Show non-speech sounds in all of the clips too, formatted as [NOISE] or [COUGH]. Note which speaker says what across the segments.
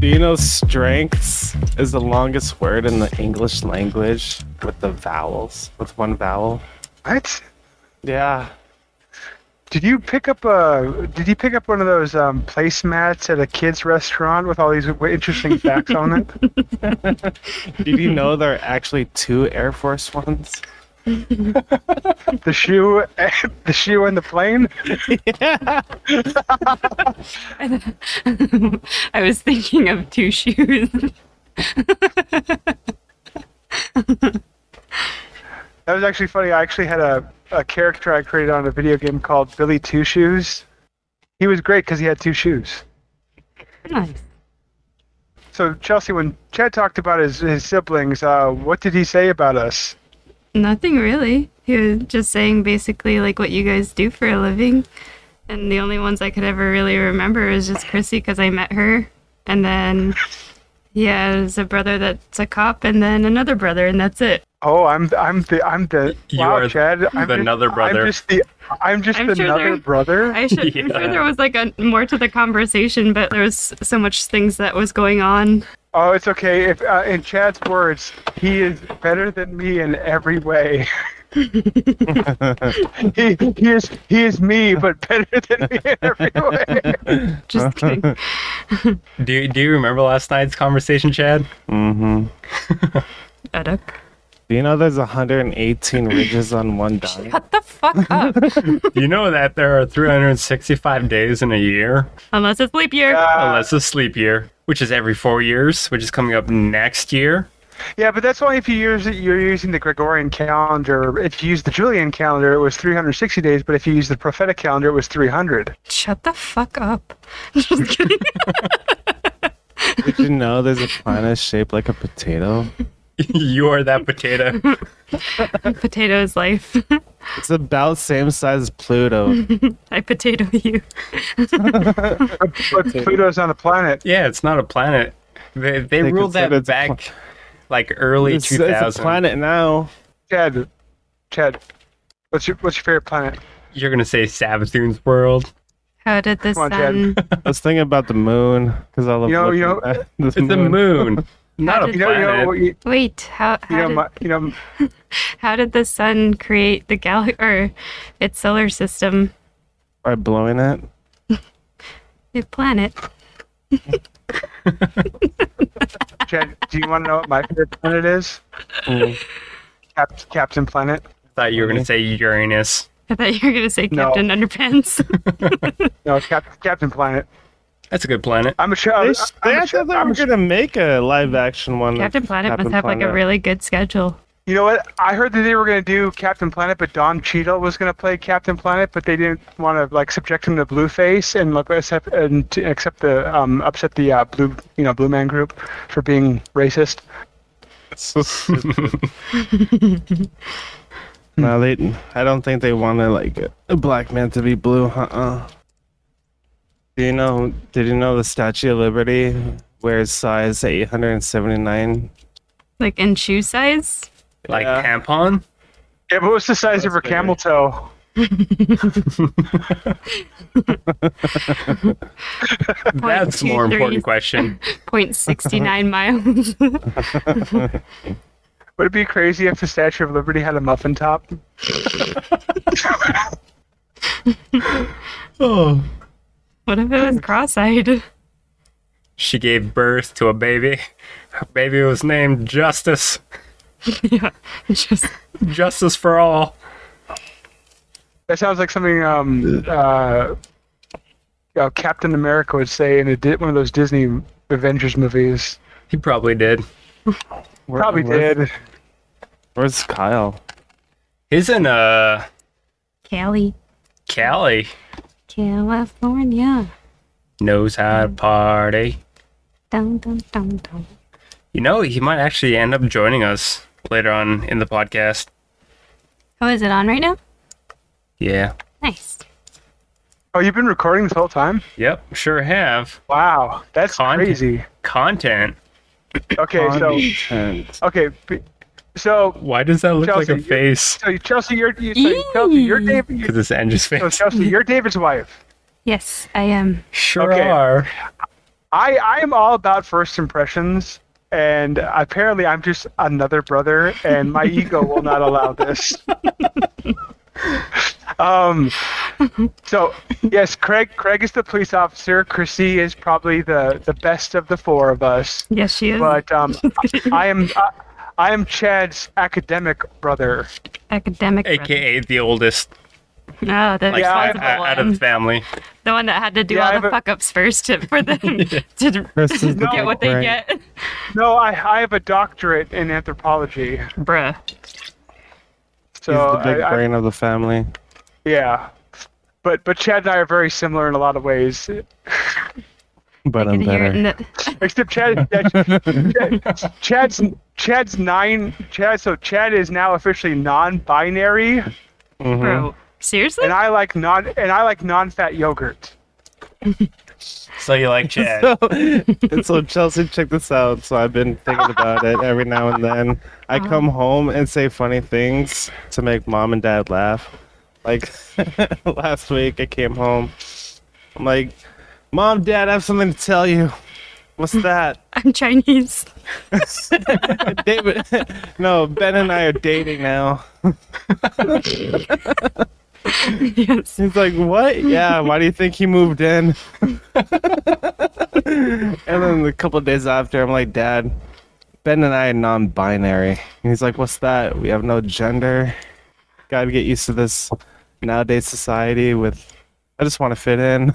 Speaker 1: know strengths is the longest word in the English language with the vowels, with one vowel?
Speaker 2: What?
Speaker 1: Yeah.
Speaker 2: Did you pick up a? Did you pick up one of those um, placemats at a kids' restaurant with all these w- interesting facts on it?
Speaker 1: Did you know there are actually two Air Force Ones?
Speaker 2: The shoe, [LAUGHS] the shoe, and the plane.
Speaker 3: [LAUGHS] I was thinking of two shoes.
Speaker 2: That was actually funny. I actually had a, a character I created on a video game called Billy Two Shoes. He was great because he had two shoes.
Speaker 3: [LAUGHS] nice.
Speaker 2: So Chelsea, when Chad talked about his, his siblings, uh, what did he say about us?
Speaker 3: Nothing really. He was just saying basically like what you guys do for a living. And the only ones I could ever really remember is just Chrissy because I met her. And then, yeah, there's a brother that's a cop, and then another brother, and that's it.
Speaker 2: Oh, I'm I'm the I'm the
Speaker 4: You
Speaker 2: wow,
Speaker 4: are
Speaker 2: Chad. I'm
Speaker 4: the
Speaker 2: just-
Speaker 4: another brother.
Speaker 2: I'm just the I'm just
Speaker 3: I'm sure
Speaker 2: another
Speaker 3: there-
Speaker 2: brother.
Speaker 3: I should, I'm
Speaker 4: Yeah.
Speaker 3: sure there was like a, more to the conversation, but there was so much things that was going on.
Speaker 2: Oh, it's okay. If uh, in Chad's words, he is better than me in every way. [LAUGHS] he, he is he is me, but better than me in every way.
Speaker 3: Just [LAUGHS] kidding.
Speaker 4: Do you, do you remember last night's conversation, Chad?
Speaker 1: [LAUGHS] Mm-hmm.
Speaker 3: Shut up.
Speaker 1: Do you know there's 118 ridges on one dime?
Speaker 3: Shut the fuck [LAUGHS] up.
Speaker 4: You know that there are 365 days in a year,
Speaker 3: Unless it's leap year.
Speaker 2: Uh,
Speaker 4: [LAUGHS] unless it's sleep year, which is every four years, which is coming up next year. [LAUGHS]
Speaker 2: Uh, yeah, but that's only if you use you're using the Gregorian calendar. If you use the Julian calendar, it was 360 days. But if you use the prophetic calendar, it was 300.
Speaker 3: Shut the fuck up. [LAUGHS] Just
Speaker 2: [LAUGHS]
Speaker 3: kidding.
Speaker 1: Did you know there's a planet shaped like a potato?
Speaker 4: you are
Speaker 1: [LAUGHS]
Speaker 4: that potato.
Speaker 3: potato is life. [LAUGHS]
Speaker 1: It's about same size as Pluto.
Speaker 3: I potato you.
Speaker 2: But Pluto's on the planet.
Speaker 4: Yeah, it's not a planet. They, they,
Speaker 1: They
Speaker 4: ruled that
Speaker 1: consider it's a
Speaker 4: back like early
Speaker 1: It's,
Speaker 4: 2000.
Speaker 1: it's a planet now.
Speaker 2: Chad, Chad, what's your what's your favorite planet?
Speaker 4: You're going to say Sabathoon's world.
Speaker 3: How did the
Speaker 2: Come on,
Speaker 3: sun?
Speaker 1: I was thinking about the moon because I love
Speaker 2: You know- you
Speaker 1: looking
Speaker 2: know-
Speaker 1: at [LAUGHS] the
Speaker 4: It's a moon, [LAUGHS] not a
Speaker 3: did-
Speaker 2: You know, you know,
Speaker 4: planet.
Speaker 2: you,
Speaker 3: [LAUGHS] Wait, how how,
Speaker 2: you know,
Speaker 3: did,
Speaker 2: my, you know.
Speaker 3: how did the sun create the gal or its solar system,
Speaker 1: By blowing it.
Speaker 3: the planet?
Speaker 2: Chad, do you want to know what my favorite planet is?
Speaker 1: Mm.
Speaker 2: Cap- Captain Planet.
Speaker 4: I thought you were going to say Uranus.
Speaker 3: I thought you were gonna say
Speaker 2: No.
Speaker 3: Captain Underpants.
Speaker 2: [LAUGHS]
Speaker 3: [LAUGHS]
Speaker 2: No, Cap- Captain Planet.
Speaker 4: That's a good planet.
Speaker 2: I'm a show.
Speaker 1: They,
Speaker 2: I'm,
Speaker 1: sh- they
Speaker 2: a
Speaker 1: actually
Speaker 2: show-
Speaker 1: they
Speaker 2: I'm
Speaker 1: were
Speaker 2: a show-
Speaker 1: gonna make a live action one. of
Speaker 3: Captain Planet
Speaker 1: Captain
Speaker 3: must have like a
Speaker 1: Planet.
Speaker 3: really good schedule.
Speaker 2: you know what? I heard that they were going to do Captain Planet, but Don Cheadle was going to play Captain Planet, but they didn't want to like subject him to Blueface and like accept and to accept the um upset the uh, blue you know Blue Man Group for being racist.
Speaker 1: So stupid. [LAUGHS] no, they. I don't think they wanted like a black man to be blue. Uh. uh Do you know? Did you know the Statue of Liberty wears size 879?
Speaker 3: Like in shoe size?
Speaker 4: Like
Speaker 1: Yeah.
Speaker 4: tampon?
Speaker 2: Yeah, but what's the size of her
Speaker 1: That's bigger.
Speaker 2: camel toe?
Speaker 4: That's a more important
Speaker 3: 0.23.
Speaker 4: question.
Speaker 3: Point sixty nine [LAUGHS] miles.
Speaker 2: Would it be crazy if the Statue of Liberty had a muffin top?
Speaker 4: Oh.
Speaker 3: what if it was cross eyed?
Speaker 4: She gave birth to a baby. Her baby was named Justice.
Speaker 3: [LAUGHS] yeah.
Speaker 2: [LAUGHS]
Speaker 3: Just
Speaker 4: Justice for all.
Speaker 2: That sounds like something um, uh, uh, Captain America would say in a di- one of those Disney Avengers movies.
Speaker 4: He probably did.
Speaker 1: Where-
Speaker 2: Probably
Speaker 1: where's-
Speaker 2: did.
Speaker 1: Where's Kyle?
Speaker 4: He's in uh
Speaker 3: Cali.
Speaker 4: Cali.
Speaker 3: California.
Speaker 4: Knows how to party.
Speaker 3: Dum dum dum dum.
Speaker 4: You know, he might actually end up joining us later on in the podcast.
Speaker 3: Oh, is it on right now?
Speaker 4: Yeah.
Speaker 3: Nice.
Speaker 2: Oh, you've been recording this whole time?
Speaker 4: Yep, sure have.
Speaker 2: Wow, that's
Speaker 4: Content.
Speaker 2: crazy.
Speaker 4: Content.
Speaker 2: Okay, so
Speaker 1: Content.
Speaker 2: okay, b- so
Speaker 4: Why does that look like a
Speaker 2: Chelsea, you-
Speaker 4: face?
Speaker 2: so Chelsea, you're you, so Chelsea, you're David. You,
Speaker 4: Because
Speaker 2: Oh,
Speaker 4: it's Andrew's
Speaker 2: so
Speaker 4: face.
Speaker 2: Chelsea, you're David's wife.
Speaker 3: Yes, I am.
Speaker 4: [LAUGHS] Sure
Speaker 2: Okay.
Speaker 4: are.
Speaker 2: I I am all about first impressions, and apparently I'm just another brother, and my ego will not allow this. um, so yes, Craig Craig is the police officer. Chrissy is probably the the best of the four of us,
Speaker 3: Yes, she is.
Speaker 2: but um, I am. I, I am Chad's academic brother.
Speaker 3: Academic. Ah, brother.
Speaker 4: aka the oldest
Speaker 3: No, the
Speaker 4: like
Speaker 2: Yeah, I-
Speaker 3: responsible
Speaker 4: uh, out of
Speaker 3: one.
Speaker 4: the family.
Speaker 3: The one that had to do
Speaker 2: Yeah, I
Speaker 3: all
Speaker 2: have
Speaker 3: the
Speaker 2: a-
Speaker 3: fuck ups first to, for
Speaker 4: [LAUGHS]
Speaker 3: them to
Speaker 1: Chris is the
Speaker 2: No.
Speaker 3: get what they
Speaker 1: big brain.
Speaker 3: get.
Speaker 2: No, I, I have a doctorate in anthropology.
Speaker 3: Bruh.
Speaker 2: So
Speaker 1: He's the big
Speaker 2: I- I-
Speaker 1: brain of the family.
Speaker 2: Yeah, but but Chad and I are very similar in a lot of ways.
Speaker 1: But I'm
Speaker 3: Could hear it in
Speaker 1: better.
Speaker 3: the-
Speaker 2: Except Chad,
Speaker 1: [LAUGHS]
Speaker 2: Chad- Chad's Chad's nine. Chad, so Chad is now officially non-binary,
Speaker 3: [LAUGHS] Bro.
Speaker 2: Mm-hmm.
Speaker 3: Seriously?
Speaker 2: and I like non and I like non-fat yogurt.
Speaker 4: So you [LAUGHS] like Chad?
Speaker 1: So, and [LAUGHS] so Chelsea, check this out. So I've been thinking about it every now and then. I come home and say funny things to make mom and dad laugh. Like last week, I came home. I'm like, Mom, Dad, I have something to tell you. What's that?
Speaker 3: I'm Chinese. [LAUGHS]
Speaker 1: David, [LAUGHS] no, Ben and I are dating now.
Speaker 3: yes.
Speaker 1: He's like, what? Yeah, why do you think he moved in? [LAUGHS] and then a couple of days after, I'm like, Dad, Ben and I are non binary. And he's like, what's that? We have no gender. Gotta get used to this nowadays society with, I just want to fit in.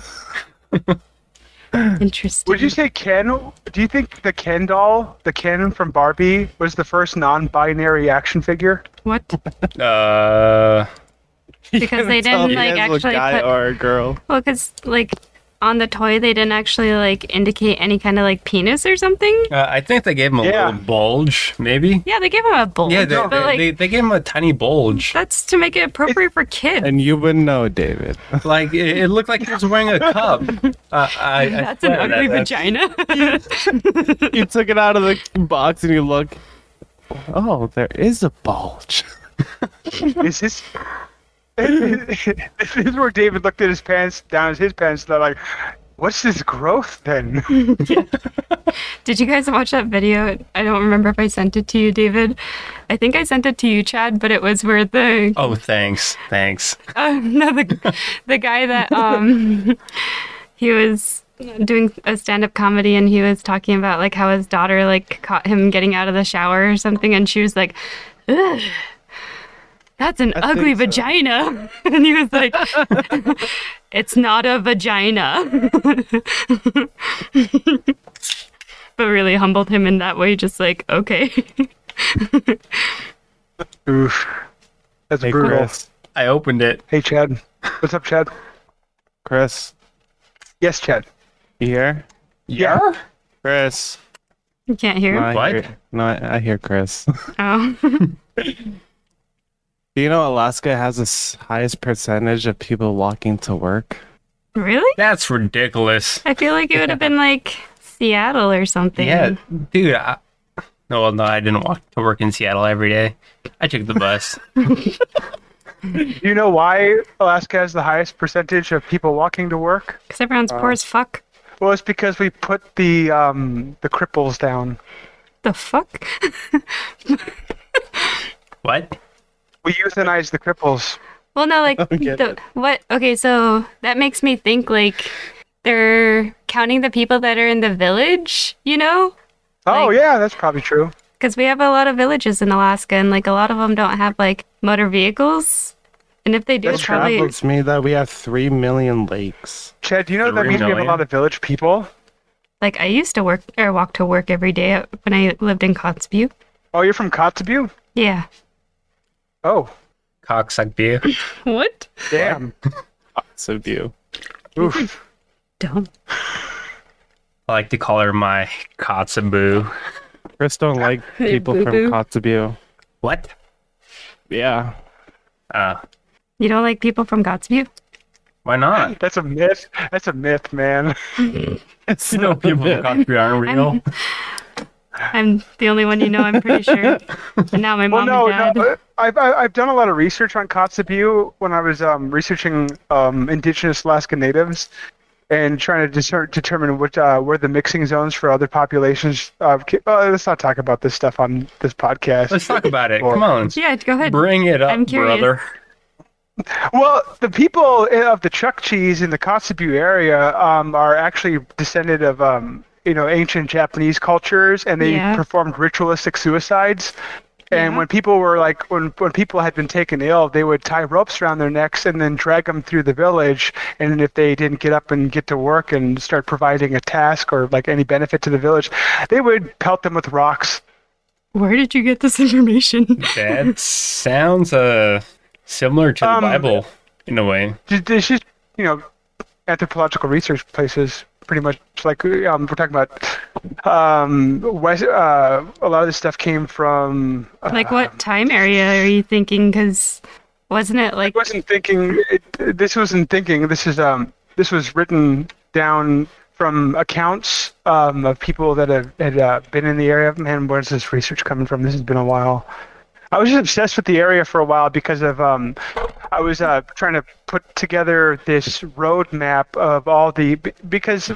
Speaker 3: Interesting.
Speaker 2: Would you say Ken? Do you think the Ken doll, the Ken from Barbie, was the first non-binary action figure? [LAUGHS]
Speaker 3: what?
Speaker 4: Uh,
Speaker 1: [LAUGHS]
Speaker 3: Because they
Speaker 1: Tell
Speaker 3: didn't
Speaker 1: me
Speaker 3: like
Speaker 1: if it's
Speaker 3: actually
Speaker 1: a guy
Speaker 3: put
Speaker 1: or a girl.
Speaker 3: Well, because like on the toy, they didn't actually like indicate any kind of like penis or something.
Speaker 4: uh, I think they gave him a
Speaker 2: Yeah.
Speaker 4: little bulge, maybe.
Speaker 3: Yeah, they gave him a bulge.
Speaker 4: Yeah, they,
Speaker 3: but
Speaker 4: they,
Speaker 3: like
Speaker 4: they, they gave him a tiny [LAUGHS] bulge.
Speaker 3: that's to make it appropriate for kids.
Speaker 1: And you wouldn't know, David. [LAUGHS]
Speaker 4: Like it, it looked like he was wearing a [LAUGHS] cup. Uh, I,
Speaker 3: [LAUGHS]
Speaker 4: I
Speaker 3: that's an
Speaker 4: swear
Speaker 3: ugly
Speaker 4: that- that-
Speaker 3: vagina. [LAUGHS]
Speaker 1: you took it out of the box and you look, oh, there is a bulge.
Speaker 2: Is this? [LAUGHS] this is where David looked at his pants, down at his pants, and they're like, "What's this growth then?"
Speaker 3: Did you guys watch that video? I don't remember if I sent it to you, David. I think I sent it to you, Chad. But it was where the
Speaker 4: Oh, thanks, thanks.
Speaker 3: [LAUGHS] uh, no, the, the guy that um [LAUGHS] he was doing a stand-up comedy and he was talking about like how his daughter like caught him getting out of the shower or something and she was like Ugh, that's an
Speaker 1: I
Speaker 3: ugly
Speaker 1: think so.
Speaker 3: vagina [LAUGHS] and he was like it's not a vagina [LAUGHS] but really humbled him in that way just like okay [LAUGHS]
Speaker 2: Oof, that's
Speaker 1: Hey,
Speaker 2: brutal.
Speaker 1: Chris.
Speaker 4: I opened it.
Speaker 2: Hey, Chad. What's up, Chad?
Speaker 1: Chris,
Speaker 2: Yes, Chad.
Speaker 1: you here?
Speaker 2: Yeah.
Speaker 1: Chris.
Speaker 3: you can't hear
Speaker 1: No, I
Speaker 3: him
Speaker 4: What?
Speaker 1: Hear, no, I, I hear Chris. [LAUGHS]
Speaker 3: oh [LAUGHS]
Speaker 1: Do you know Alaska has the s- highest percentage of people walking to work?
Speaker 3: really
Speaker 4: That's ridiculous.
Speaker 3: I feel like it would have been like Seattle or something.
Speaker 4: Yeah, dude. I, no, well, no, I didn't walk to work in Seattle every day. I took the [LAUGHS] bus.
Speaker 2: Do you know why Alaska has the highest percentage of people walking to work?
Speaker 3: Because everyone's poor as fuck.
Speaker 2: Well, it's because we put the um, the cripples down.
Speaker 3: The fuck? [LAUGHS]
Speaker 4: what?
Speaker 2: We euthanize the cripples.
Speaker 3: well, no, like,
Speaker 1: get
Speaker 3: the, what? Okay, so that makes me think like they're counting the people that are in the village, you know?
Speaker 2: Oh
Speaker 3: Like-
Speaker 2: yeah, that's probably true.
Speaker 3: Because we have a lot of villages in Alaska and like a lot of them don't have like motor vehicles. And if they do,
Speaker 2: That's
Speaker 3: it's
Speaker 2: true.
Speaker 3: probably.
Speaker 1: It's me that we have three million lakes.
Speaker 2: Chad, do you know that
Speaker 4: Three
Speaker 2: means we have a
Speaker 4: million?
Speaker 2: lot of village people?
Speaker 3: Like, I used to work or walk to work every day at- when I lived in Kotzebue.
Speaker 2: Oh, you're from Kotzebue?
Speaker 3: Yeah.
Speaker 2: Oh,
Speaker 4: Cocksuck view.
Speaker 3: What?
Speaker 2: damn.
Speaker 1: So do you.
Speaker 2: Oof.
Speaker 3: Dumb.
Speaker 4: I like to call her my Kotzebue.
Speaker 1: Chris
Speaker 3: [LAUGHS]
Speaker 1: don't like
Speaker 3: Hey,
Speaker 1: people
Speaker 3: boo-boo.
Speaker 1: from Kotzebue.
Speaker 4: What?
Speaker 1: Yeah.
Speaker 4: Uh,
Speaker 3: You don't like people from Kotzebue?
Speaker 4: why not?
Speaker 2: That's a myth. That's a myth, man.
Speaker 1: It's
Speaker 4: You
Speaker 1: [LAUGHS]
Speaker 4: know, people from Kotzebue aren't real.
Speaker 3: I'm- I'm the only one you know, I'm
Speaker 2: [LAUGHS]
Speaker 3: pretty sure. And now my
Speaker 2: Well,
Speaker 3: mom
Speaker 2: no,
Speaker 3: and dad.
Speaker 2: no. uh, I've I- I've done a lot of research on Kotzebue when I was um, researching um, indigenous Alaska natives, and trying to discern, determine which uh, where the mixing zones for other populations. Of, ki- oh, let's not talk about this stuff on this podcast.
Speaker 4: Let's talk about [LAUGHS] it.
Speaker 2: Or-
Speaker 4: Come on.
Speaker 3: Yeah, go ahead.
Speaker 4: Bring it up,
Speaker 3: I'm curious.
Speaker 4: brother.
Speaker 2: Well, the people of the Chuck Cheese in the Kotzebue area um, are actually descended of um, you know ancient Japanese cultures, and they
Speaker 3: Yeah.
Speaker 2: performed ritualistic suicides. And
Speaker 3: Yeah.
Speaker 2: when people were like, when, when people had been taken ill, they would tie ropes around their necks and then drag them through the village. And if they didn't get up and get to work and start providing a task or like any benefit to the village, they would pelt them with rocks.
Speaker 3: Where did you get this information? [LAUGHS]
Speaker 4: That sounds uh similar to the
Speaker 2: Um,
Speaker 4: Bible in a way.
Speaker 2: Ju- It's just you know anthropological research places pretty much like um, we're talking about um, West, uh, a lot of this stuff came from uh,
Speaker 3: like, what time area are you thinking? Because wasn't it like
Speaker 2: I wasn't thinking it, this wasn't thinking this is um, this was written down from accounts um, of people that have had uh, been in the area man where's this research coming from this has been a while I was just obsessed with the area for a while because of um, I was uh, trying to put together this roadmap of all the be- because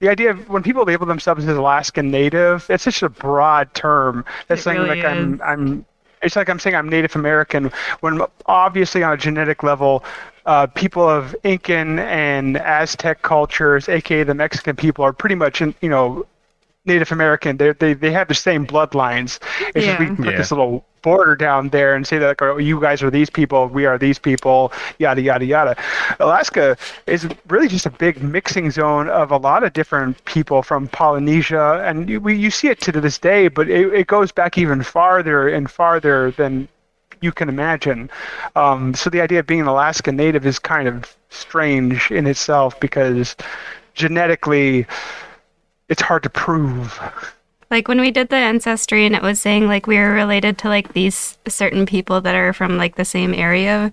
Speaker 2: the idea of when people label themselves as Alaskan Native, that's such a broad term. That's
Speaker 3: It
Speaker 2: saying
Speaker 3: really
Speaker 2: like I'm
Speaker 3: is.
Speaker 2: I'm it's like I'm saying I'm Native American when obviously on a genetic level. Uh, people of Incan and Aztec cultures, aka the Mexican people, are pretty much, in, you know, Native American. They they they have the same bloodlines. It's just we
Speaker 3: Yeah.
Speaker 2: put
Speaker 4: Yeah.
Speaker 2: this little border down there and say that like, oh, you guys are these people, we are these people, yada yada yada. Alaska is really just a big mixing zone of a lot of different people from Polynesia, and you, we, you see it to this day, but it, it goes back even farther and farther than you can imagine. Um, so the idea of being an Alaska Native is kind of strange in itself because genetically it's hard to prove.
Speaker 3: like when we did the ancestry and it was saying like we were related to like these certain people that are from like the same area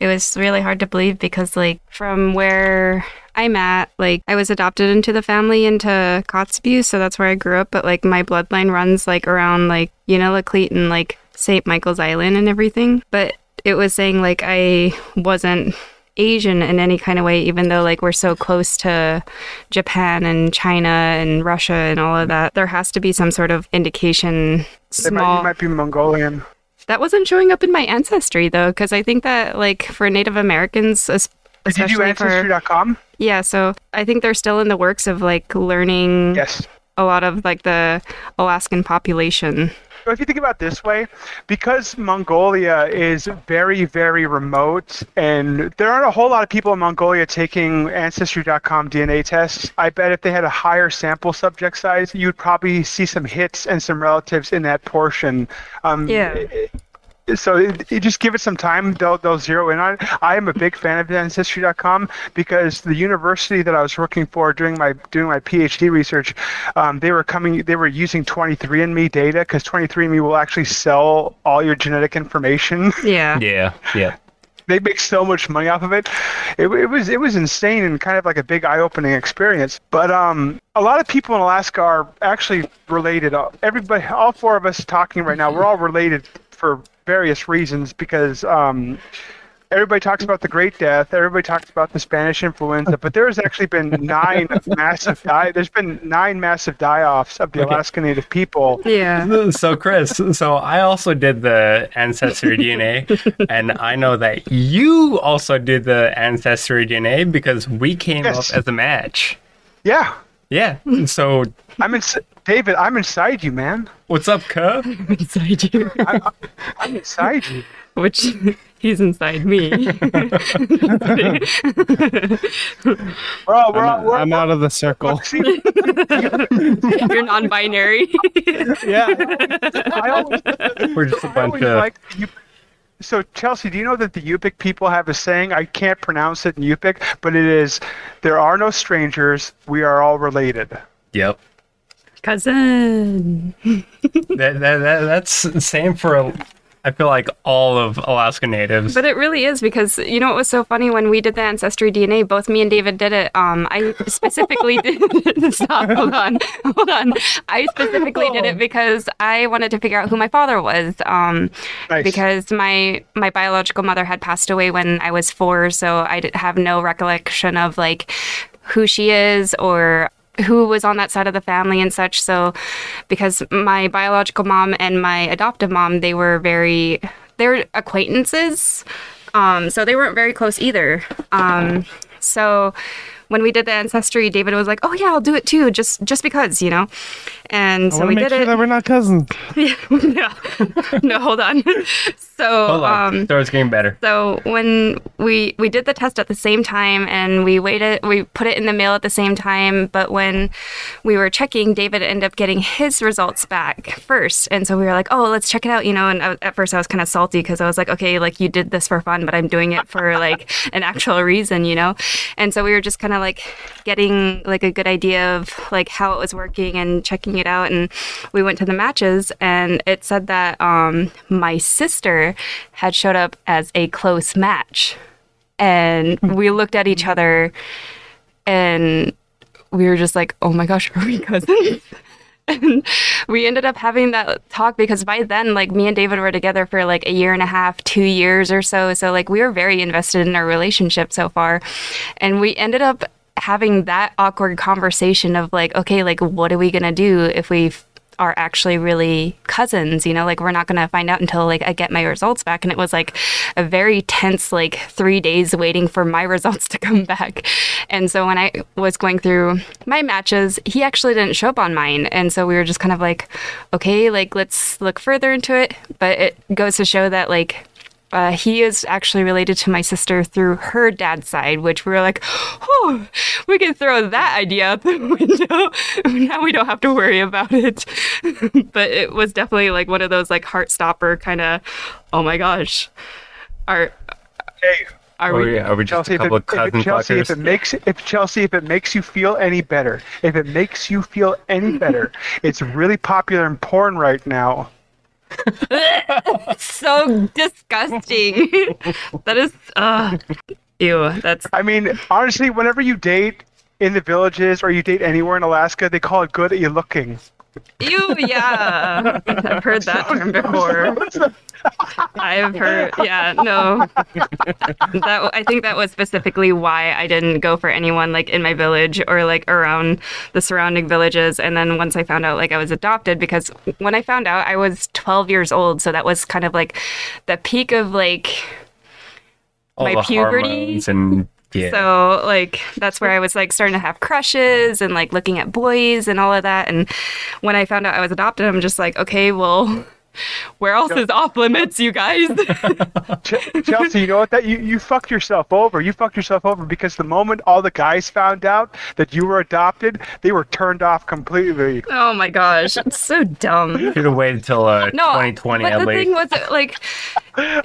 Speaker 3: it was really hard to believe because like from where i'm at like i was adopted into the family into kotzebue so that's where i grew up but like my bloodline runs like around like you know laclede and like st michael's island and everything but it was saying like i wasn't asian in any kind of way even though like we're so close to japan and china and russia and all of that there has to be some sort of indication
Speaker 2: It
Speaker 3: small
Speaker 2: might, you might be Mongolian.
Speaker 3: that wasn't showing up in my ancestry though, because I think that like for Native Americans, es-
Speaker 2: Did you do
Speaker 3: especially for Mm-hmm.
Speaker 2: ancestry.com?
Speaker 3: yeah, so I think they're still in the works of like learning
Speaker 2: Yes.
Speaker 3: a lot of like the Alaskan population.
Speaker 2: So if you think about it this way, because Mongolia is very, very remote, and there aren't a whole lot of people in Mongolia taking Ancestry.com DNA tests, I bet if they had a higher sample subject size, you'd probably see some hits and some relatives in that portion. Um,
Speaker 3: Yeah.
Speaker 2: so it, it- just give it some time they'll, they'll zero in on it i am a big fan of ancestry.com because the university that i was working for doing my doing my phd research um, they were coming they were using 23andme data because 23andme will actually sell all your genetic information
Speaker 3: Yeah.
Speaker 4: Yeah, yeah.
Speaker 2: they make so much money off of it. it. It was it was insane and kind of like a big eye-opening experience. But um, a lot of people in Alaska are actually related. Uh, Everybody, all four of us talking right now, we're all related for various reasons because um, everybody talks about the Great Death, everybody talks about the Spanish influenza, but there's actually been
Speaker 1: [LAUGHS]
Speaker 2: nine massive die. There's been nine massive die-offs of the
Speaker 4: Okay.
Speaker 2: Alaska Native people.
Speaker 3: Yeah.
Speaker 4: So Chris, so I also did the
Speaker 3: [LAUGHS]
Speaker 4: ancestry DNA, and I know that you also did the ancestry DNA because we came
Speaker 2: Yes.
Speaker 4: up as a match.
Speaker 2: Yeah,
Speaker 4: Yeah. So
Speaker 2: I'm in. David, I'm inside you, man.
Speaker 4: what's up, Cub?
Speaker 3: [LAUGHS] inside
Speaker 2: [LAUGHS]
Speaker 3: you,
Speaker 2: I'm inside you.
Speaker 3: which [LAUGHS] he's inside [LAUGHS] me.
Speaker 2: We're all, we're all,
Speaker 1: I'm,
Speaker 2: we're,
Speaker 1: I'm out of the circle.
Speaker 2: See,
Speaker 3: You're [LAUGHS] non-binary. [LAUGHS]
Speaker 1: yeah.
Speaker 2: I [LAUGHS] always,
Speaker 4: We're just a
Speaker 2: I
Speaker 4: bunch
Speaker 2: always
Speaker 4: of
Speaker 2: like the Yup- so Chelsea, do you know that the Yupik people have a saying? I can't pronounce it in Yupik, but it is there are no strangers, we are all related.
Speaker 4: yep.
Speaker 3: Cousin.
Speaker 4: That, that, that, that's the same for I feel like all of Alaska natives.
Speaker 3: But it really is because you know what was so funny when we did the ancestry DNA. Both me and David did it. Um, I specifically did. [LAUGHS] Stop. Hold on. Hold on. I specifically did it because I wanted to figure out who my father was. Um,
Speaker 2: Nice.
Speaker 3: because my my biological mother had passed away when I was four, so I did have no recollection of like who she is or who was on that side of the family and such. So, because my biological mom and my adoptive mom, they were very, they're acquaintances. Um, so they weren't very close either. Um, so when we did the ancestry, David was like, "Oh yeah, I'll do it too, just just because, you know." And
Speaker 1: I
Speaker 3: so
Speaker 1: want
Speaker 3: we
Speaker 1: to make
Speaker 3: did
Speaker 1: sure
Speaker 3: it.
Speaker 1: that we're not cousins.
Speaker 3: no, [LAUGHS] no, hold on. So
Speaker 4: Hold on.
Speaker 3: um,
Speaker 4: so it's getting better.
Speaker 3: so when we we did the test at the same time and we waited we put it in the mail at the same time, but when we were checking, David ended up getting his results back first. And so we were like, "Oh, let's check it out," you know, and I, at first I was kind of salty cuz I was like, "Okay, like you did this for fun, but I'm doing it for like an actual reason, you know?" And so we were just kind of like getting like a good idea of like how it was working and checking it out and we went to the matches and it said that um my sister had showed up as a close match and we looked at each other and we were just like oh my gosh are we cousins and [LAUGHS] we ended up having that talk because by then like me and david were together for like a year and a half two years or so so like we were very invested in our relationship so far and we ended up having that awkward conversation of like okay like what are we gonna do if we f- are actually really cousins you know like we're not gonna find out until like i get my results back and it was like a very tense like three days waiting for my [LAUGHS] results to come back and so when i was going through my matches he actually didn't show up on mine and so we were just kind of like okay like let's look further into it but it goes to show that like uh, he is actually related to my sister through her dad's side, which we were like, oh, we can throw that idea out the [LAUGHS] window. now we don't have to worry about it. [LAUGHS] but it was definitely like one of those like heart stopper kind of, oh my gosh, are
Speaker 2: Hey,
Speaker 3: are
Speaker 4: Are
Speaker 3: we?
Speaker 4: we, are we just
Speaker 2: Chelsea,
Speaker 4: a
Speaker 2: if it,
Speaker 4: couple
Speaker 2: if
Speaker 4: of
Speaker 2: it-
Speaker 4: cousin
Speaker 2: Chelsea, if it
Speaker 4: fuckers?
Speaker 2: makes if Chelsea, if it makes you feel any better, if it makes you feel any [LAUGHS] better, it's really popular in porn right now.
Speaker 3: So disgusting. [LAUGHS] that is, uh, ew. That's
Speaker 2: I mean, honestly, whenever you date in the villages or you date anywhere in Alaska, they call it good at you looking.
Speaker 3: ew. Yeah, I've heard that term before. I've heard, yeah, no. that I think that was specifically why I didn't go for anyone like in my village or like around the surrounding villages. And then once I found out like I was adopted, because when I found out I was 12 years old, so that was kind of like the peak of like
Speaker 4: All
Speaker 3: my
Speaker 4: the
Speaker 3: puberty.
Speaker 4: hormones
Speaker 3: [LAUGHS]
Speaker 4: and yeah.
Speaker 3: so like that's where I was like starting to have crushes and like looking at boys and all of that. And when I found out I was adopted, I'm just like, okay, well. [LAUGHS] Where else is off limits, you guys? [LAUGHS]
Speaker 2: Ch- Chelsea, you know what? That you, you fucked yourself over. You fucked yourself over because the moment all the guys found out that you were adopted, they were turned off completely.
Speaker 3: oh my gosh, it's so dumb.
Speaker 4: Should have waited till uh,
Speaker 3: no,
Speaker 4: 2020
Speaker 3: But
Speaker 4: at
Speaker 3: the
Speaker 4: least.
Speaker 3: thing was, like,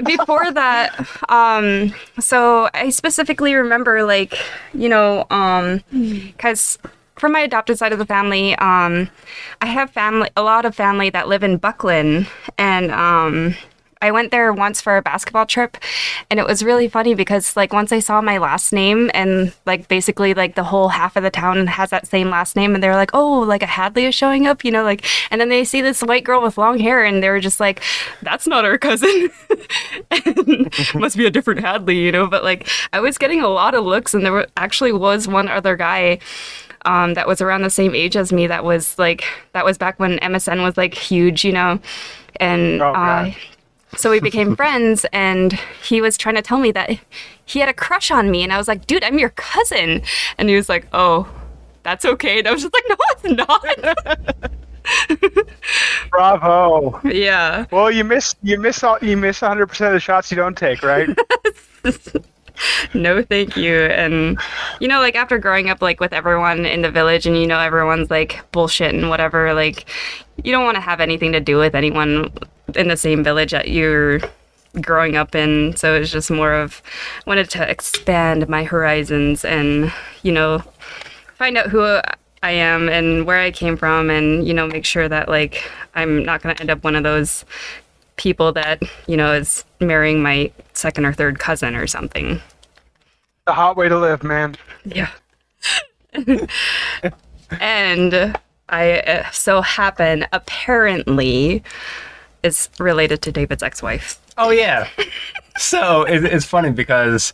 Speaker 3: before that, um, so I specifically remember, like, you know, um, because from my adopted side of the family, um, I have family, a lot of family that live in Buckland, and um. I went there once for a basketball trip and it was really funny because like once I saw my last name and like basically like the whole half of the town has that same last name and they're like, "Oh, like a Hadley is showing up," you know, like and then they see this white girl with long hair and they were just like, "That's not our cousin." [LAUGHS] And [LAUGHS] must be a different Hadley, you know, but like I was getting a lot of looks and there were, actually was one other guy um, that was around the same age as me that was like that was back when MSN was like huge, you know. And
Speaker 2: Oh,
Speaker 3: uh,
Speaker 2: God.
Speaker 3: so we became [LAUGHS] friends and he was trying to tell me that he had a crush on me and I was like, "Dude, I'm your cousin." And he was like, "Oh, that's okay." And I was just like, [LAUGHS] "No, it's
Speaker 2: [LAUGHS]
Speaker 3: not."
Speaker 2: Bravo.
Speaker 3: yeah.
Speaker 2: Well, you miss you miss all you miss 100 percent of the shots you don't take, right?
Speaker 3: [LAUGHS] no thank you and you know like after growing up like with everyone in the village and you know everyone's like bullshit and whatever like you don't want to have anything to do with anyone in the same village that you're growing up in so it's just more of wanted to expand my horizons and you know find out who I am and where I came from and you know make sure that like I'm not going to end up one of those people that you know is marrying my second or third cousin or something
Speaker 2: the hot way to live, man.
Speaker 3: yeah. and I uh, so happen apparently is related to David's ex-wife.
Speaker 4: Oh yeah. so it, it's funny because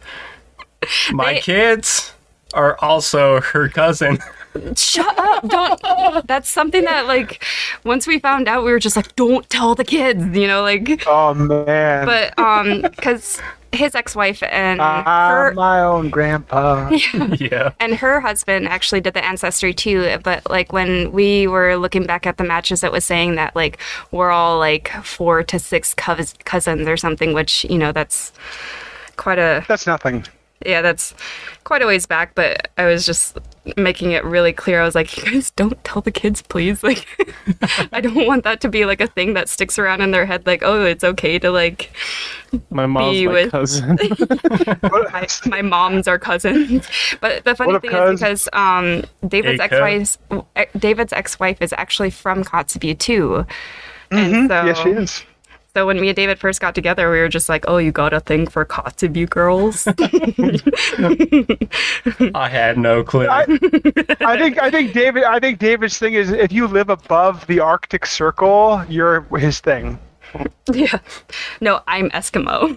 Speaker 4: my
Speaker 3: They-
Speaker 4: kids are also her cousin. [LAUGHS]
Speaker 3: Shut up! Don't. That's something that like once we found out, we were just like, don't tell the kids, you know, like.
Speaker 2: Oh man.
Speaker 3: But um, because his ex-wife and
Speaker 2: I'm
Speaker 3: her
Speaker 2: my own grandpa.
Speaker 4: yeah.
Speaker 3: and her husband actually did the ancestry too but like when we were looking back at the matches it was saying that like we're all like four to six cous- cousins or something which you know that's quite a
Speaker 2: That's nothing.
Speaker 3: yeah that's quite a ways back but i was just making it really clear i was like you guys don't tell the kids please [LAUGHS] like i don't want that to be like a thing that sticks around in their head like oh it's okay to like
Speaker 1: My mom's
Speaker 3: Be
Speaker 1: my
Speaker 3: with- [LAUGHS]
Speaker 1: cousin.
Speaker 3: my, my mom's our cousins. [LAUGHS] But the funny
Speaker 2: up,
Speaker 3: thing
Speaker 2: cuz?
Speaker 3: is because um, David's
Speaker 4: Hey,
Speaker 3: ex-wife, eh, David's ex-wife is actually from Kotzebue too. And so,
Speaker 2: yes, Mm-hmm. she is.
Speaker 3: so when me and David first got together, we were just like, "Oh, you got a thing for Kotzebue
Speaker 2: [LAUGHS]
Speaker 3: girls." [LAUGHS]
Speaker 4: I had no clue.
Speaker 2: I, I think I think David I think David's thing is if you live above the Arctic Circle, you're his thing.
Speaker 3: yeah. No, I'm Eskimo.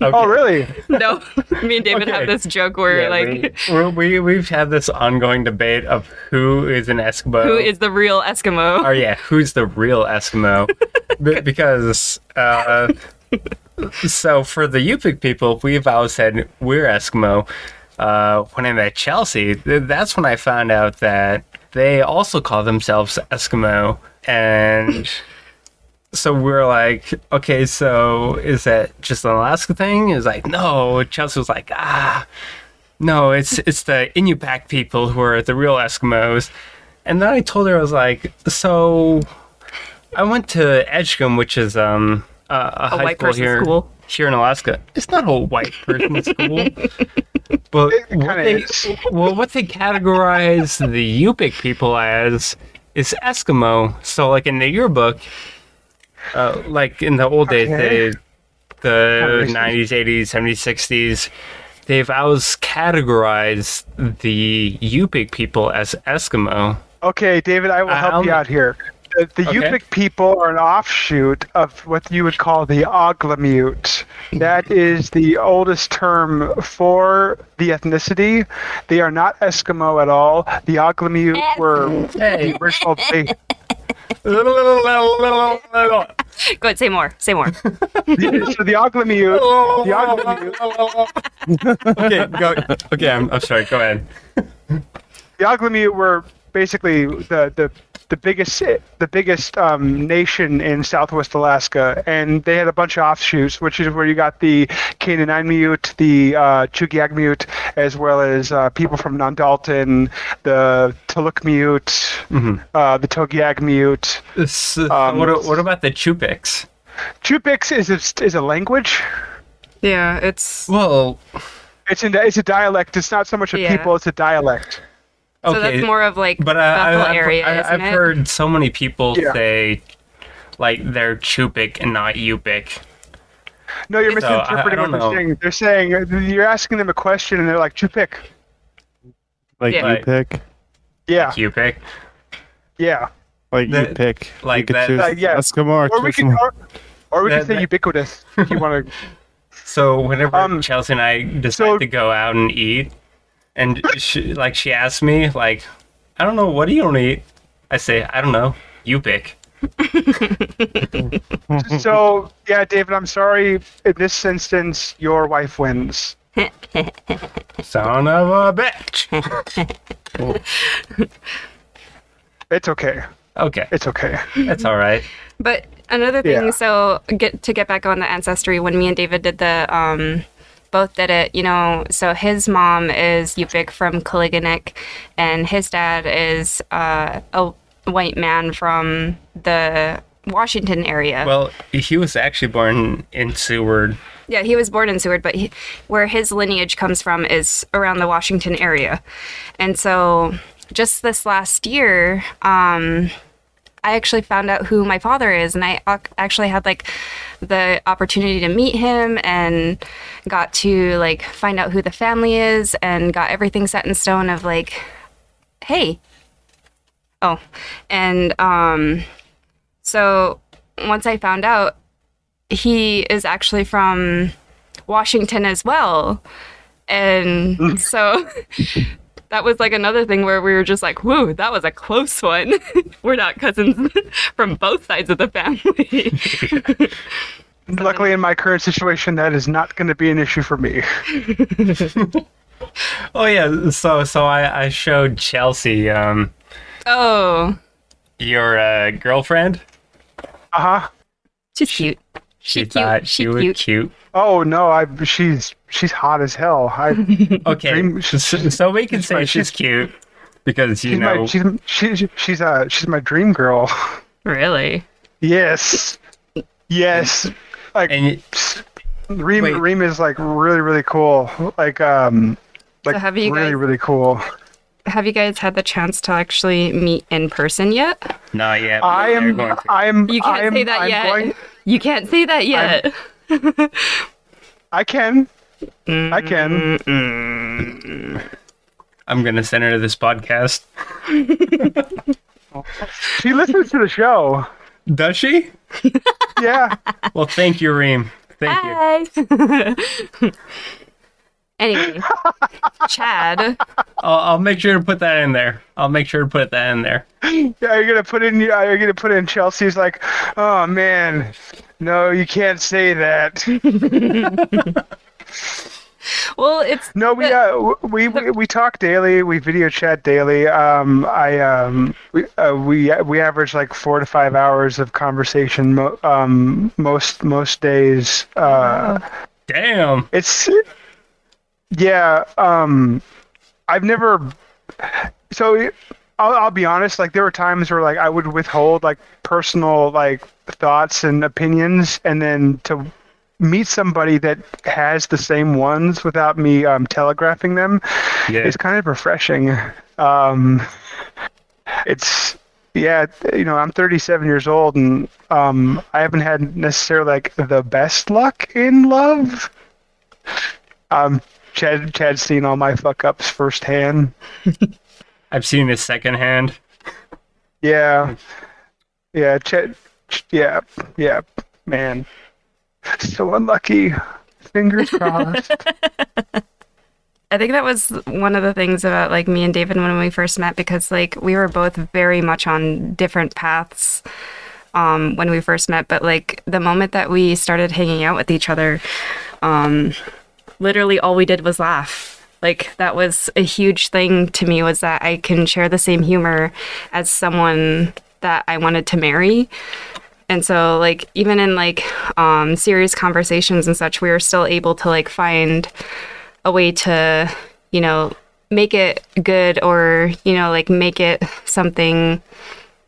Speaker 3: [LAUGHS]
Speaker 2: Oh really?
Speaker 3: no, me and David
Speaker 4: Okay.
Speaker 3: have this joke where
Speaker 4: Yeah,
Speaker 3: like, [LAUGHS]
Speaker 4: we, we're- we we've had this ongoing debate of who is an Eskimo.
Speaker 3: who is the real Eskimo?
Speaker 4: Or Oh, yeah, who's the real Eskimo? B- because uh, so for the Yupik people, we've always said we're Eskimo. Uh, when I met Chelsea, th- that's when I found out that they also call themselves Eskimo, and so we're like, okay, so is that just an Alaska thing? Is like, no. Chelsea was like, ah, no, it's it's the Inupiaq people who are the real Eskimos. And then I told her I was like, so I went to Edgecombe, which is um a, a, high
Speaker 3: white
Speaker 4: school
Speaker 3: person's
Speaker 4: here
Speaker 3: school.
Speaker 4: here in Alaska. It's not a white
Speaker 3: [LAUGHS]
Speaker 4: person school, but what
Speaker 2: kinda
Speaker 4: they,
Speaker 2: is. [LAUGHS]
Speaker 4: well, what they categorize the Yupik people as is Eskimo. So, like in the yearbook, uh, like in the old days,
Speaker 2: Okay.
Speaker 4: they, the
Speaker 2: racist.
Speaker 4: nineties, eighties, seventies, sixties, they've always categorized the Yupik people as Eskimo.
Speaker 2: Okay, David, I will
Speaker 4: Uh,
Speaker 2: help
Speaker 4: I'll-
Speaker 2: you out here. The, the
Speaker 4: Okay.
Speaker 2: Yupik people are an offshoot of what you would call the Oglamute. That is the oldest term for the ethnicity. They are not Eskimo at all. The Oglamute were
Speaker 4: Hey. [LAUGHS]
Speaker 2: the original. They,
Speaker 3: Go ahead, say more. Say
Speaker 4: [LAUGHS]
Speaker 3: more.
Speaker 2: the, so the Oglamute. The Oglamute,
Speaker 4: okay, go. Okay, I'm, I'm sorry. Go ahead.
Speaker 2: the Oglamute were basically the, the the biggest the biggest um, nation in Southwest Alaska, and they had a bunch of offshoots, which is where you got the Canaanimute, the uh, Chugiagmute, as well as uh, people from Nondalton, the Tulukmute,
Speaker 4: Mm-hmm.
Speaker 2: uh, the Togiagmute.
Speaker 4: This, uh,
Speaker 2: Um,
Speaker 4: what, what about the Chupiks?
Speaker 2: Chupix is a, is a language.
Speaker 3: yeah, it's
Speaker 4: Well,
Speaker 2: It's in it's a dialect. It's not so much a
Speaker 3: Yeah.
Speaker 2: people; it's a dialect.
Speaker 4: okay,
Speaker 3: so that's more of like
Speaker 4: but uh,
Speaker 3: Bethel
Speaker 4: I, I've,
Speaker 3: area,
Speaker 4: I,
Speaker 3: isn't
Speaker 4: I've
Speaker 3: it?
Speaker 4: heard so many people
Speaker 2: Yeah.
Speaker 4: say like they're Chupik and not Yupik.
Speaker 2: No, you're
Speaker 4: So, I- I
Speaker 2: misinterpreting
Speaker 4: don't
Speaker 2: what
Speaker 4: know.
Speaker 2: they're saying. They're saying you're asking them a question, and they're like Chupik.
Speaker 1: Like
Speaker 3: Yeah.
Speaker 1: you pick.
Speaker 2: Yeah,
Speaker 4: Yupik.
Speaker 2: yeah.
Speaker 1: Like you
Speaker 4: That-
Speaker 1: pick.
Speaker 4: like
Speaker 1: you could
Speaker 4: that-
Speaker 1: choose
Speaker 2: like, yeah.
Speaker 1: Eskimo or,
Speaker 2: or we can [LAUGHS]
Speaker 1: Kismo.
Speaker 2: or, or we
Speaker 4: That-
Speaker 2: can say
Speaker 4: that-
Speaker 2: ubiquitous if you want to.
Speaker 4: So whenever
Speaker 2: Um,
Speaker 4: Chelsea and I decide
Speaker 2: so-
Speaker 4: to go out and eat, and she, like she asked me like, I don't know, what do you want to eat? I say I don't know. Yupik.
Speaker 2: So yeah, David, I'm sorry. In this instance, your wife wins.
Speaker 4: Son of a bitch.
Speaker 2: [LAUGHS] It's okay.
Speaker 4: Okay,
Speaker 2: It's okay.
Speaker 4: that's all right.
Speaker 3: But another thing,
Speaker 2: Yeah.
Speaker 3: so get to get back on the ancestry when me and David did the um both did it, you know, so his mom is Yupik from Kaliganek and his dad is uh, a white man from the Washington area.
Speaker 4: Well, he was actually born in Seward.
Speaker 3: yeah, he was born in Seward, but he, where his lineage comes from is around the Washington area. And so just this last year, um, I actually found out who my father is, and I ac- actually had like the opportunity to meet him and got to like find out who the family is and got everything set in stone of like, hey, oh, and um, so once I found out, he is actually from Washington as well.
Speaker 2: Mm.
Speaker 3: And so [LAUGHS] that was like another thing where we were just like, whoa, that was a close one. [LAUGHS] we're not cousins [LAUGHS] from both sides of the family. [LAUGHS]
Speaker 2: Luckily, in my current situation, that is not going to be an issue for me.
Speaker 4: Oh yeah, so so I, I showed Chelsea um
Speaker 3: oh,
Speaker 4: your uh, girlfriend.
Speaker 2: Uh huh.
Speaker 3: she's cute. She, cute.
Speaker 4: thought she,
Speaker 3: she
Speaker 4: was
Speaker 2: [LAUGHS]
Speaker 3: cute.
Speaker 4: cute.
Speaker 2: Oh no, I she's she's hot as hell.
Speaker 3: [LAUGHS]
Speaker 2: I,
Speaker 4: Okay,
Speaker 2: Dream-
Speaker 4: so, so we can say
Speaker 2: my-
Speaker 4: she's cute because you
Speaker 2: she's
Speaker 4: know
Speaker 2: my she's she's she's uh she's my dream girl. [LAUGHS]
Speaker 3: Really?
Speaker 2: yes, yes. Like
Speaker 4: and y-
Speaker 2: Reem
Speaker 4: wait.
Speaker 2: Reem is like really really cool. Like um like
Speaker 3: have you
Speaker 2: really
Speaker 3: guys-
Speaker 2: really cool.
Speaker 3: Have you guys had the chance to actually meet in person yet?
Speaker 4: not yet. but
Speaker 2: I
Speaker 4: they're
Speaker 2: am
Speaker 4: going to.
Speaker 2: I'm
Speaker 3: You can't
Speaker 2: I'm,
Speaker 3: say that
Speaker 2: I'm
Speaker 3: yet.
Speaker 2: Going,
Speaker 3: You can't say that yet.
Speaker 2: I can. I can.
Speaker 4: Mm. I'm gonna send her to this podcast.
Speaker 2: She listens to the show.
Speaker 4: Does she?
Speaker 2: Yeah.
Speaker 4: Well, thank you, Reem. Thank you.
Speaker 3: Bye. [LAUGHS] anyway, Chad.
Speaker 4: I'll, I'll make sure to put that in there. I'll make sure to put that in there.
Speaker 2: Yeah, Are you gonna put in? Are you gonna put in Chelsea's? Like, oh man, no, you can't say that.
Speaker 3: Well, it's
Speaker 2: No, we uh,
Speaker 3: [LAUGHS]
Speaker 2: w- we we, we talk daily. We video chat daily. Um, I um, we uh, we we average like four to five hours of conversation. Mo- um, most most days. Uh,
Speaker 4: Damn.
Speaker 2: it's yeah. Um, I've never. So I'll, I'll be honest. Like there were times where like I would withhold like personal like thoughts and opinions, and then to meet somebody that has the same ones without me um, telegraphing them
Speaker 4: Yeah.
Speaker 2: is kind of refreshing. Um, it's yeah, you know, I'm 37 years old, and um, I haven't had necessarily like the best luck in love. Um, Chad, Chad's seen all my fuck ups firsthand.
Speaker 4: I've seen this secondhand.
Speaker 2: Yeah, yeah, Chad, ch- yeah, yeah, man, so unlucky. Fingers crossed.
Speaker 3: I think that was one of the things about like me and David when we first met because like we were both very much on different paths um, when we first met, but like the moment that we started hanging out with each other, um, literally all we did was laugh. Like that was a huge thing to me was that I can share the same humor as someone that I wanted to marry. And so like even in like um serious conversations and such, we were still able to like find a way to, you know, make it good or, you know, like make it something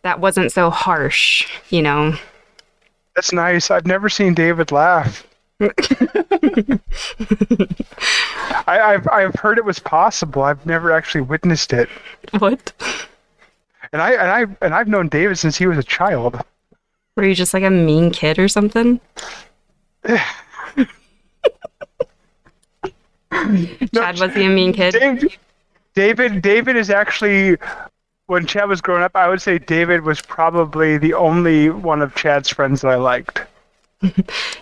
Speaker 3: that wasn't so harsh, you know.
Speaker 2: That's nice. I've never seen David laugh. I, I've I've heard it was possible. I've never actually witnessed it,
Speaker 3: What?
Speaker 2: and I and I and I've known David since he was a child.
Speaker 3: Were you just like a mean kid or something? Chad, was he a mean kid?
Speaker 2: David, David, David is actually. When Chad was growing up, I would say David was probably the only one of Chad's friends that I liked,
Speaker 4: I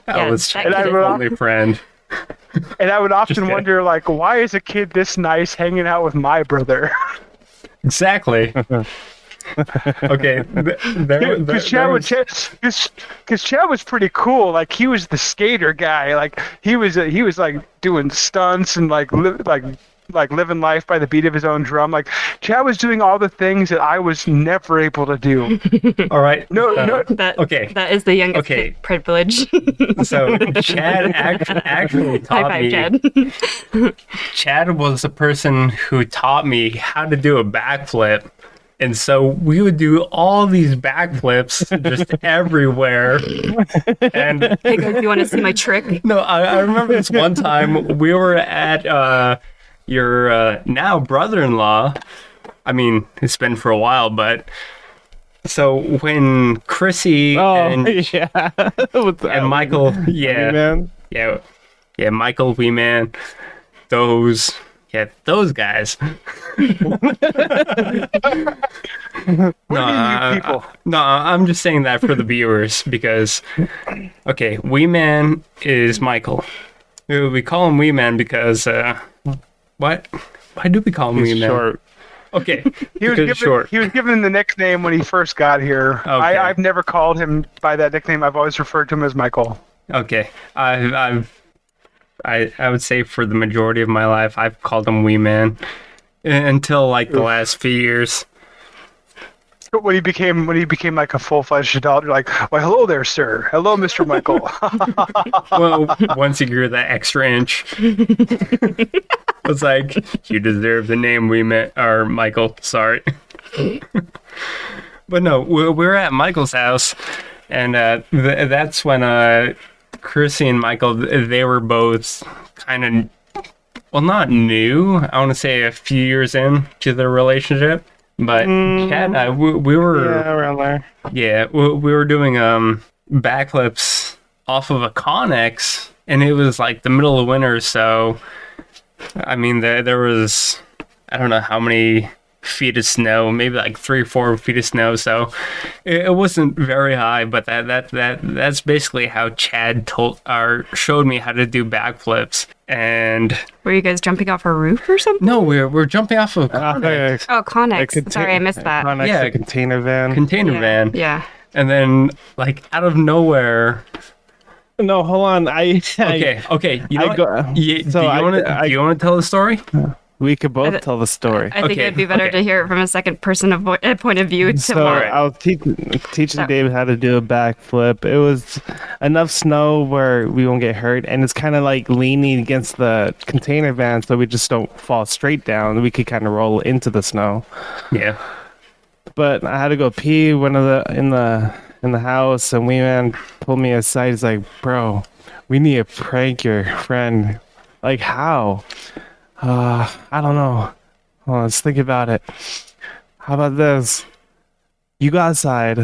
Speaker 3: Yeah,
Speaker 4: was
Speaker 3: that
Speaker 4: Chad's
Speaker 2: kid is-
Speaker 4: Oh, only friend.
Speaker 2: and I would often
Speaker 4: kidding.
Speaker 2: wonder, like, why is a kid this nice hanging out with my brother? [LAUGHS]
Speaker 4: Exactly. okay. th- There, there,
Speaker 2: Because Chad,
Speaker 4: there
Speaker 2: was...
Speaker 4: was,
Speaker 2: Chad, cause, 'cause Chad was pretty cool. Like he was the skater guy. Like he was he was like doing stunts and like li- like like living life by the beat of his own drum. Like Chad was doing all the things that I was never able to do.
Speaker 4: all right. [LAUGHS]
Speaker 2: No,
Speaker 4: uh,
Speaker 2: no,
Speaker 3: That,
Speaker 4: Okay.
Speaker 3: That is the youngest
Speaker 4: Okay.
Speaker 3: kid privilege. [LAUGHS]
Speaker 4: So Chad act-
Speaker 3: High
Speaker 4: actually taught
Speaker 3: five,
Speaker 4: me.
Speaker 3: Chad.
Speaker 4: Chad was the person who taught me how to do a backflip. And so we would do all these backflips
Speaker 1: [LAUGHS]
Speaker 4: just everywhere. And
Speaker 3: Hey guys, you want to see my
Speaker 4: [LAUGHS]
Speaker 3: trick?
Speaker 4: no, I, I remember this one time we were at uh, your uh, now brother in law. I mean, it's been for a while, but so when Chrissy
Speaker 1: Oh
Speaker 4: and,
Speaker 1: [LAUGHS] yeah, [LAUGHS] with that
Speaker 4: and Michael, yeah,
Speaker 1: man.
Speaker 4: yeah, yeah, Michael Wee Man, those, yeah,
Speaker 2: [LAUGHS]
Speaker 4: those guys.
Speaker 2: What do you mean, you
Speaker 4: I-
Speaker 2: people?
Speaker 4: No, I'm just saying that for the viewers because, okay, Wee Man is Michael, Dude, we call him Wee Man because uh, what? Why do we call him Wee
Speaker 1: He's
Speaker 4: Man?
Speaker 1: short.
Speaker 4: Okay,
Speaker 2: He was,
Speaker 4: because
Speaker 2: given,
Speaker 4: short.
Speaker 2: he was given the next name when he first got here.
Speaker 4: Okay.
Speaker 2: I, I've never called him by that nickname. I've always referred to him as Michael.
Speaker 4: Okay, I've, I've, I, I would say for the majority of my life, I've called him Wee Man u- until like the last few years.
Speaker 2: But when he became when he became like a full fledged adult, you're like, "Why, hello there, sir. Hello, Mr.
Speaker 4: [LAUGHS]
Speaker 2: Michael."
Speaker 4: Well, [LAUGHS] once you grew that extra inch, it's like you deserve the name we met, or Michael. Sorry, but no, we're, we're at Michael's house, and uh, th- that's when uh, Chrissy and Michael th- they were both kind of well, not new. I want to say a few years in to their relationship, but Chad and I we, we were.
Speaker 1: Yeah, around there.
Speaker 4: Yeah, we, we were doing um backflips off of a Connex, and it was like the middle of winter, so I mean there there was I don't know how many feet of snow, maybe like three four feet of snow, so it, it wasn't very high, but that that that that's basically how Chad told or showed me how to do backflips. And
Speaker 3: Were you guys jumping off a roof or something?
Speaker 4: no, we're we're jumping off of a
Speaker 1: I think
Speaker 4: Connex,
Speaker 1: it's-
Speaker 3: Oh,
Speaker 1: a
Speaker 3: Connex.
Speaker 1: contain-
Speaker 3: Sorry, I missed that.
Speaker 1: Connex,
Speaker 4: Yeah.
Speaker 1: a container van.
Speaker 4: container
Speaker 3: yeah.
Speaker 4: van,
Speaker 3: Yeah.
Speaker 4: and then like out of nowhere.
Speaker 1: no, hold on. I, I
Speaker 4: Okay, okay. You
Speaker 1: I
Speaker 4: know,
Speaker 1: go-
Speaker 4: what? Ye-
Speaker 1: so
Speaker 4: do
Speaker 1: I-
Speaker 4: you want to
Speaker 1: I-
Speaker 4: do you want to tell the story?
Speaker 1: we could both
Speaker 3: th-
Speaker 1: tell the story.
Speaker 3: I think
Speaker 4: Okay,
Speaker 3: it'd be better
Speaker 4: okay.
Speaker 3: to hear it from a second person of vo- uh, point of view.
Speaker 1: [LAUGHS]
Speaker 3: To
Speaker 1: So
Speaker 3: mine.
Speaker 1: I was teaching teaching
Speaker 3: So-
Speaker 1: Dave how to do a backflip. It was enough snow where we won't get hurt, and it's kind of like leaning against the container van, so we just don't fall straight down. We could kind of roll into the snow.
Speaker 4: Yeah.
Speaker 1: But I had to go pee one of the in the in the house, and we man pulled me aside. He's like, "Bro, we need to prank your friend." Like how? Uh, I don't know. Hold on, let's think about it. How about this? You go outside,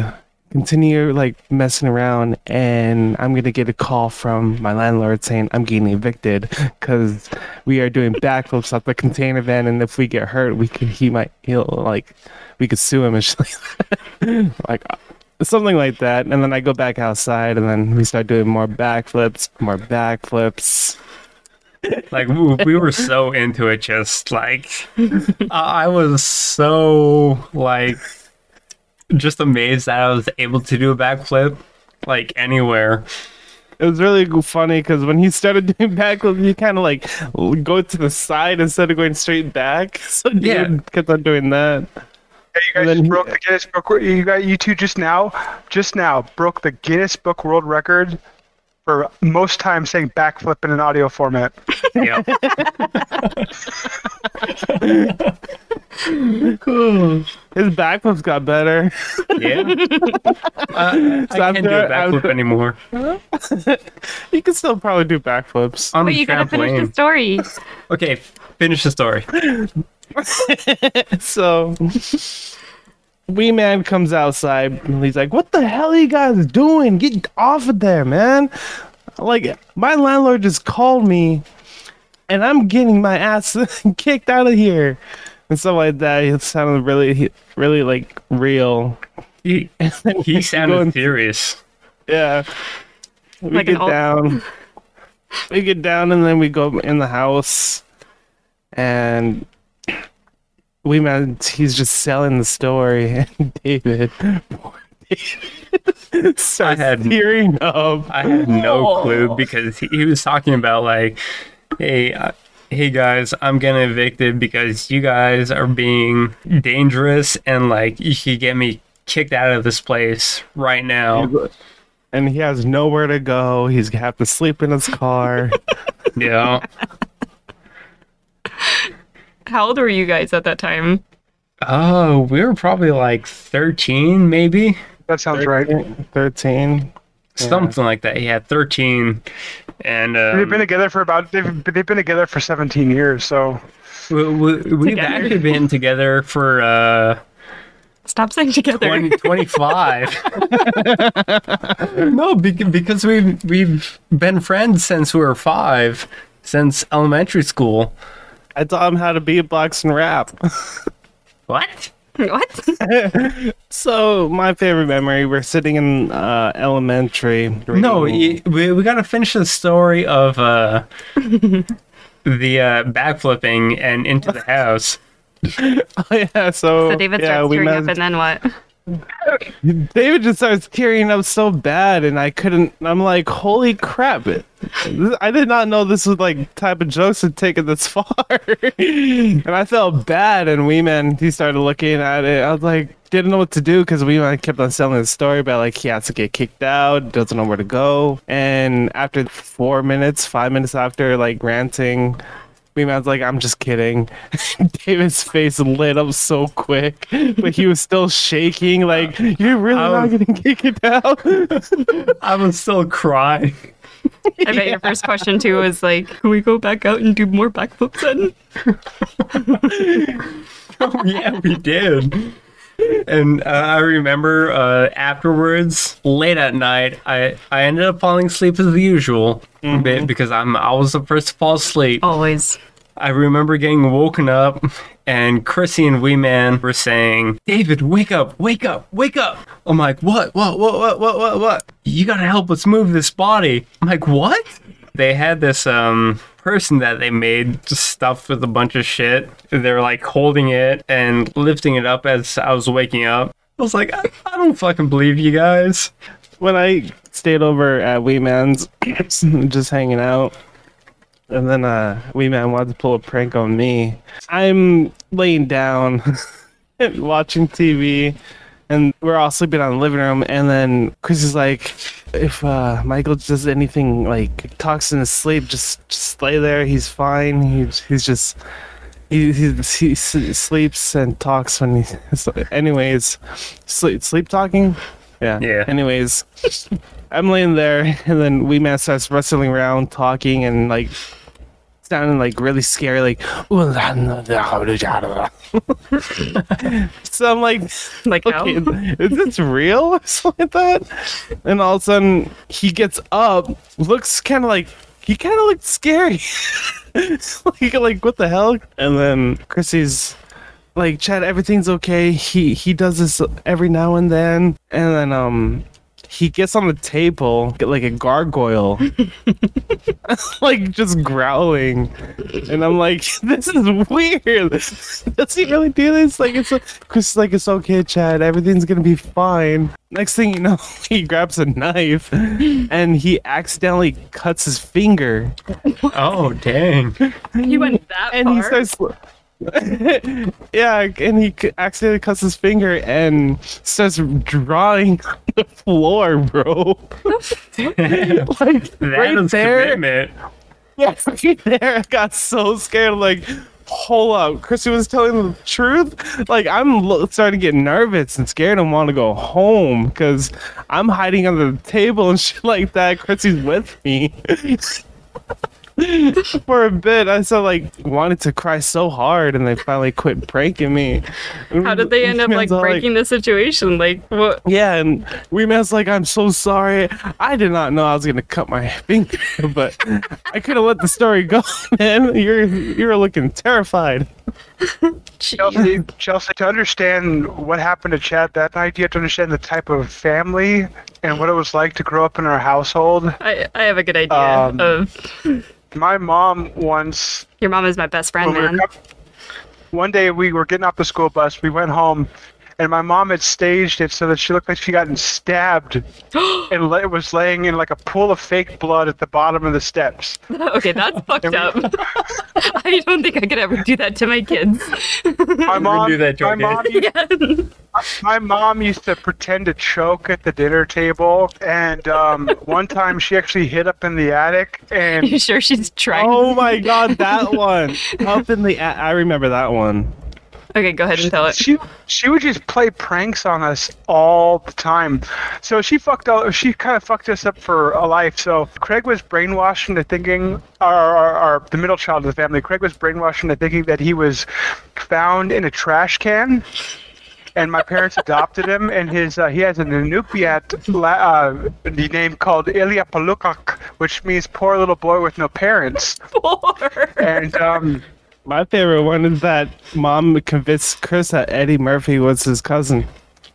Speaker 1: continue like messing around, and I'm gonna get a call from my landlord saying I'm getting evicted because we are doing backflips off the container van, and if we get hurt, we could he might he'll like we could sue [LAUGHS] him and shit like that. like something like that. And then I go back outside, and then we start doing more backflips, more backflips.
Speaker 4: Like we, we were so into it, just like [LAUGHS] I I was so like just amazed that I was able to do a backflip like anywhere.
Speaker 1: It was really g- funny because when he started [LAUGHS] doing backflips, he kind of like l- go to the side instead of going straight back. [LAUGHS] So
Speaker 4: Yeah.
Speaker 1: yeah, kept on doing that.
Speaker 2: Hey, you guys
Speaker 1: And then-
Speaker 2: broke the Guinness Book. You got you two just now, just now broke the Guinness Book World Record for most time saying backflip in an audio format.
Speaker 3: [LAUGHS]
Speaker 4: Yep.
Speaker 1: His backflips got better. [LAUGHS]
Speaker 4: yeah. Uh, I
Speaker 1: I'm
Speaker 4: can't do
Speaker 1: there-
Speaker 4: a
Speaker 1: I'm-
Speaker 4: backflip anymore.
Speaker 1: You can still probably do backflips.
Speaker 4: On
Speaker 3: Wait,
Speaker 4: the
Speaker 3: you gotta finish the
Speaker 4: trampoline.
Speaker 3: story.
Speaker 4: Okay, finish the story.
Speaker 1: So, Wee Man comes outside and he's like, "What the hell are you guys doing? Get off of there, man!" Like my landlord just called me, and I'm getting my ass [LAUGHS] kicked out of here, and stuff like that. It sounded really, really like real. [LAUGHS]
Speaker 4: He,
Speaker 3: [LAUGHS]
Speaker 4: he
Speaker 1: Going-
Speaker 4: sounded serious.
Speaker 1: Yeah. We
Speaker 3: Like an
Speaker 1: get
Speaker 3: old- [LAUGHS]
Speaker 1: down. we get down and then we go in the house and we met he's just selling the story [LAUGHS] and David [LAUGHS] poor David [LAUGHS] starts
Speaker 4: I had-
Speaker 1: tearing up.
Speaker 4: I had no clue because he, he was talking about like, hey, uh, hey guys, I'm getting evicted because you guys are being dangerous and like you could get me kicked out of this place right now.
Speaker 1: And he has nowhere to go. He's gonna have to sleep in his car. [LAUGHS]
Speaker 4: Yeah.
Speaker 3: How old were you guys at that time?
Speaker 4: Oh, we were probably like 13, maybe
Speaker 2: That sounds right. Have
Speaker 1: Thirteen.
Speaker 4: something like that. Yeah, 13. And
Speaker 2: They've been
Speaker 4: um,
Speaker 2: together for about they've, they've been together for 17 years. So
Speaker 4: we, we, we've
Speaker 3: Together.
Speaker 4: actually been together for uh,
Speaker 3: Stop saying together.
Speaker 4: 20, 25. no, bec- because we've we've been friends since we were five, since elementary school.
Speaker 1: I taught him how to beatbox and rap.
Speaker 4: What?
Speaker 3: [LAUGHS] What?
Speaker 1: [LAUGHS] So my favorite memory, we're sitting in uh, elementary. [LAUGHS]
Speaker 4: No,
Speaker 1: reading-
Speaker 4: y- we, we gotta finish the story of uh, the uh, backflipping and into the house.
Speaker 1: oh, yeah. So,
Speaker 3: So David
Speaker 1: yeah,
Speaker 3: starts
Speaker 1: we
Speaker 3: tearing
Speaker 1: met,
Speaker 3: up, and then what?
Speaker 1: [LAUGHS] David just starts tearing up so bad, and I couldn't. I'm like, holy crap! It, I did not know this was like type of jokes had taken this [LAUGHS] far, and I felt bad. And we man, he started looking at it. I was like, didn't know what to do because we man kept on selling the story about like he has to get kicked out, doesn't know where to go. And after four minutes, five minutes after like ranting. Me man's like, I'm just kidding. [LAUGHS] David's face lit up so quick, but he was still shaking. Like, you're really
Speaker 4: Um,
Speaker 1: not getting kicked out. [LAUGHS]
Speaker 4: I was still crying.
Speaker 3: I bet your first question too was like, "Can we go back out and do more backflips?" Then
Speaker 4: [LAUGHS] yeah, we did. And uh, I remember uh, afterwards, late at night, I, I ended up falling asleep as usual be- because I'm I was the first to fall asleep.
Speaker 3: always.
Speaker 4: I remember getting woken up, and Chrissy and Wee Man were saying, "David, wake up, wake up, wake up!" I'm like, "What? What? What? What? What? What? What? You gotta help us move this body." I'm like, "What?" They had this um person that they made just stuffed with a bunch of shit. They're like holding it and lifting it up as I was waking up. I was like, "I, I don't fucking believe you guys."
Speaker 1: when I stayed over at Wee Man's, [CLEARS THROAT] just hanging out, and then uh, Wee Man wanted to pull a prank on me. I'm laying down, [LAUGHS] watching TV, and we're all sleeping on the living room. And then Chris is like, "If uh, Michael does anything like talks in his sleep, just just lay there. He's fine. He's he's just." He, he, he s- sleeps and talks when he. So anyways, sleep sleep talking. Yeah.
Speaker 4: Yeah.
Speaker 1: Anyways, I'm laying there, and then Wee Man starts wrestling around, talking, and like sounding like really scary, like. [LAUGHS] so I'm like,
Speaker 3: Like how?
Speaker 1: okay, [LAUGHS] is this real or something like that? And all of a sudden, he gets up, looks kind of like he kind of looked scary. [LAUGHS] like, like what the hell? And then Chrissy's like, Chad, everything's okay. He he does this every now and then, and then um. He gets on the table get like a gargoyle, [LAUGHS] like just growling, and I'm like, [LAUGHS] this is weird. Does he really do this? Like it's Chris is like it's okay, Chad. Everything's gonna be fine. Next thing you know, [LAUGHS] he grabs a knife and he accidentally cuts his finger,
Speaker 4: Oh dang!
Speaker 3: You went that
Speaker 1: and
Speaker 3: far.
Speaker 1: he starts. [LAUGHS] yeah, and he c- accidentally cuts his finger and starts drawing [LAUGHS] on the floor,
Speaker 4: [LAUGHS]
Speaker 1: bro. [LAUGHS]
Speaker 4: that
Speaker 1: Like right
Speaker 4: is
Speaker 1: there.
Speaker 4: commitment.
Speaker 1: Yeah, [LAUGHS] right there. I got so scared. Like, hold up. Chrissy was telling the truth. Like, I'm lo- starting to get nervous and scared and want to go home because I'm hiding under the table and [LAUGHS] shit like that. Chrissy's with me. [LAUGHS] For a bit, I so like wanted to cry so hard, and they finally quit pranking me.
Speaker 3: how did they
Speaker 1: [LAUGHS]
Speaker 3: end up like
Speaker 1: Man's all
Speaker 3: breaking the situation? Like what?
Speaker 1: yeah, and we man's like, I'm so sorry. I did not know I was gonna cut my finger, [LAUGHS] but I could have let the story go, [LAUGHS] man. You're you're looking terrified.
Speaker 2: Chelsea, Chelsea, to understand what happened to Chad that night, you have to understand the type of family and what it was like to grow up in our household.
Speaker 3: I, I have a good idea
Speaker 2: Um,
Speaker 3: of
Speaker 2: My mom once
Speaker 3: your mom is my best friend,
Speaker 2: when we
Speaker 1: [LAUGHS]
Speaker 2: were
Speaker 3: man.
Speaker 2: co- one day we were getting off the school bus, we went home, and my mom had staged it so that she looked like she gotten
Speaker 4: [GASPS]
Speaker 2: stabbed and la- was laying in like a pool of fake blood at the bottom of the
Speaker 4: [LAUGHS]
Speaker 2: steps.
Speaker 3: okay, that's fucked up. [LAUGHS] I don't think I could ever do that to my kids.
Speaker 2: My mom,
Speaker 4: do that to
Speaker 2: my
Speaker 4: our
Speaker 2: mom,
Speaker 4: kids.
Speaker 2: used-
Speaker 4: [LAUGHS]
Speaker 2: my mom used to pretend to choke at the dinner table, and um, one time she actually hid up in the attic,
Speaker 3: [LAUGHS] you
Speaker 2: and
Speaker 3: sure she's trying?
Speaker 1: Oh my god, that
Speaker 2: [LAUGHS]
Speaker 1: one up in the. a- I remember that one.
Speaker 3: Okay, go ahead and tell it.
Speaker 2: she she would just play pranks on us all the time. So she fucked all, she kind of fucked us up for a life. So Craig was brainwashed into thinking, or, or, or the middle child of the family, Craig was brainwashed into thinking that he was found in a trash can. and my parents adopted him. And his uh, he has an Inupiat la- uh, the name called Ilya Palukak, which means poor little boy with no parents.
Speaker 3: Poor.
Speaker 2: And um,
Speaker 1: My favorite one is that mom convinced Chris that Eddie Murphy was his cousin.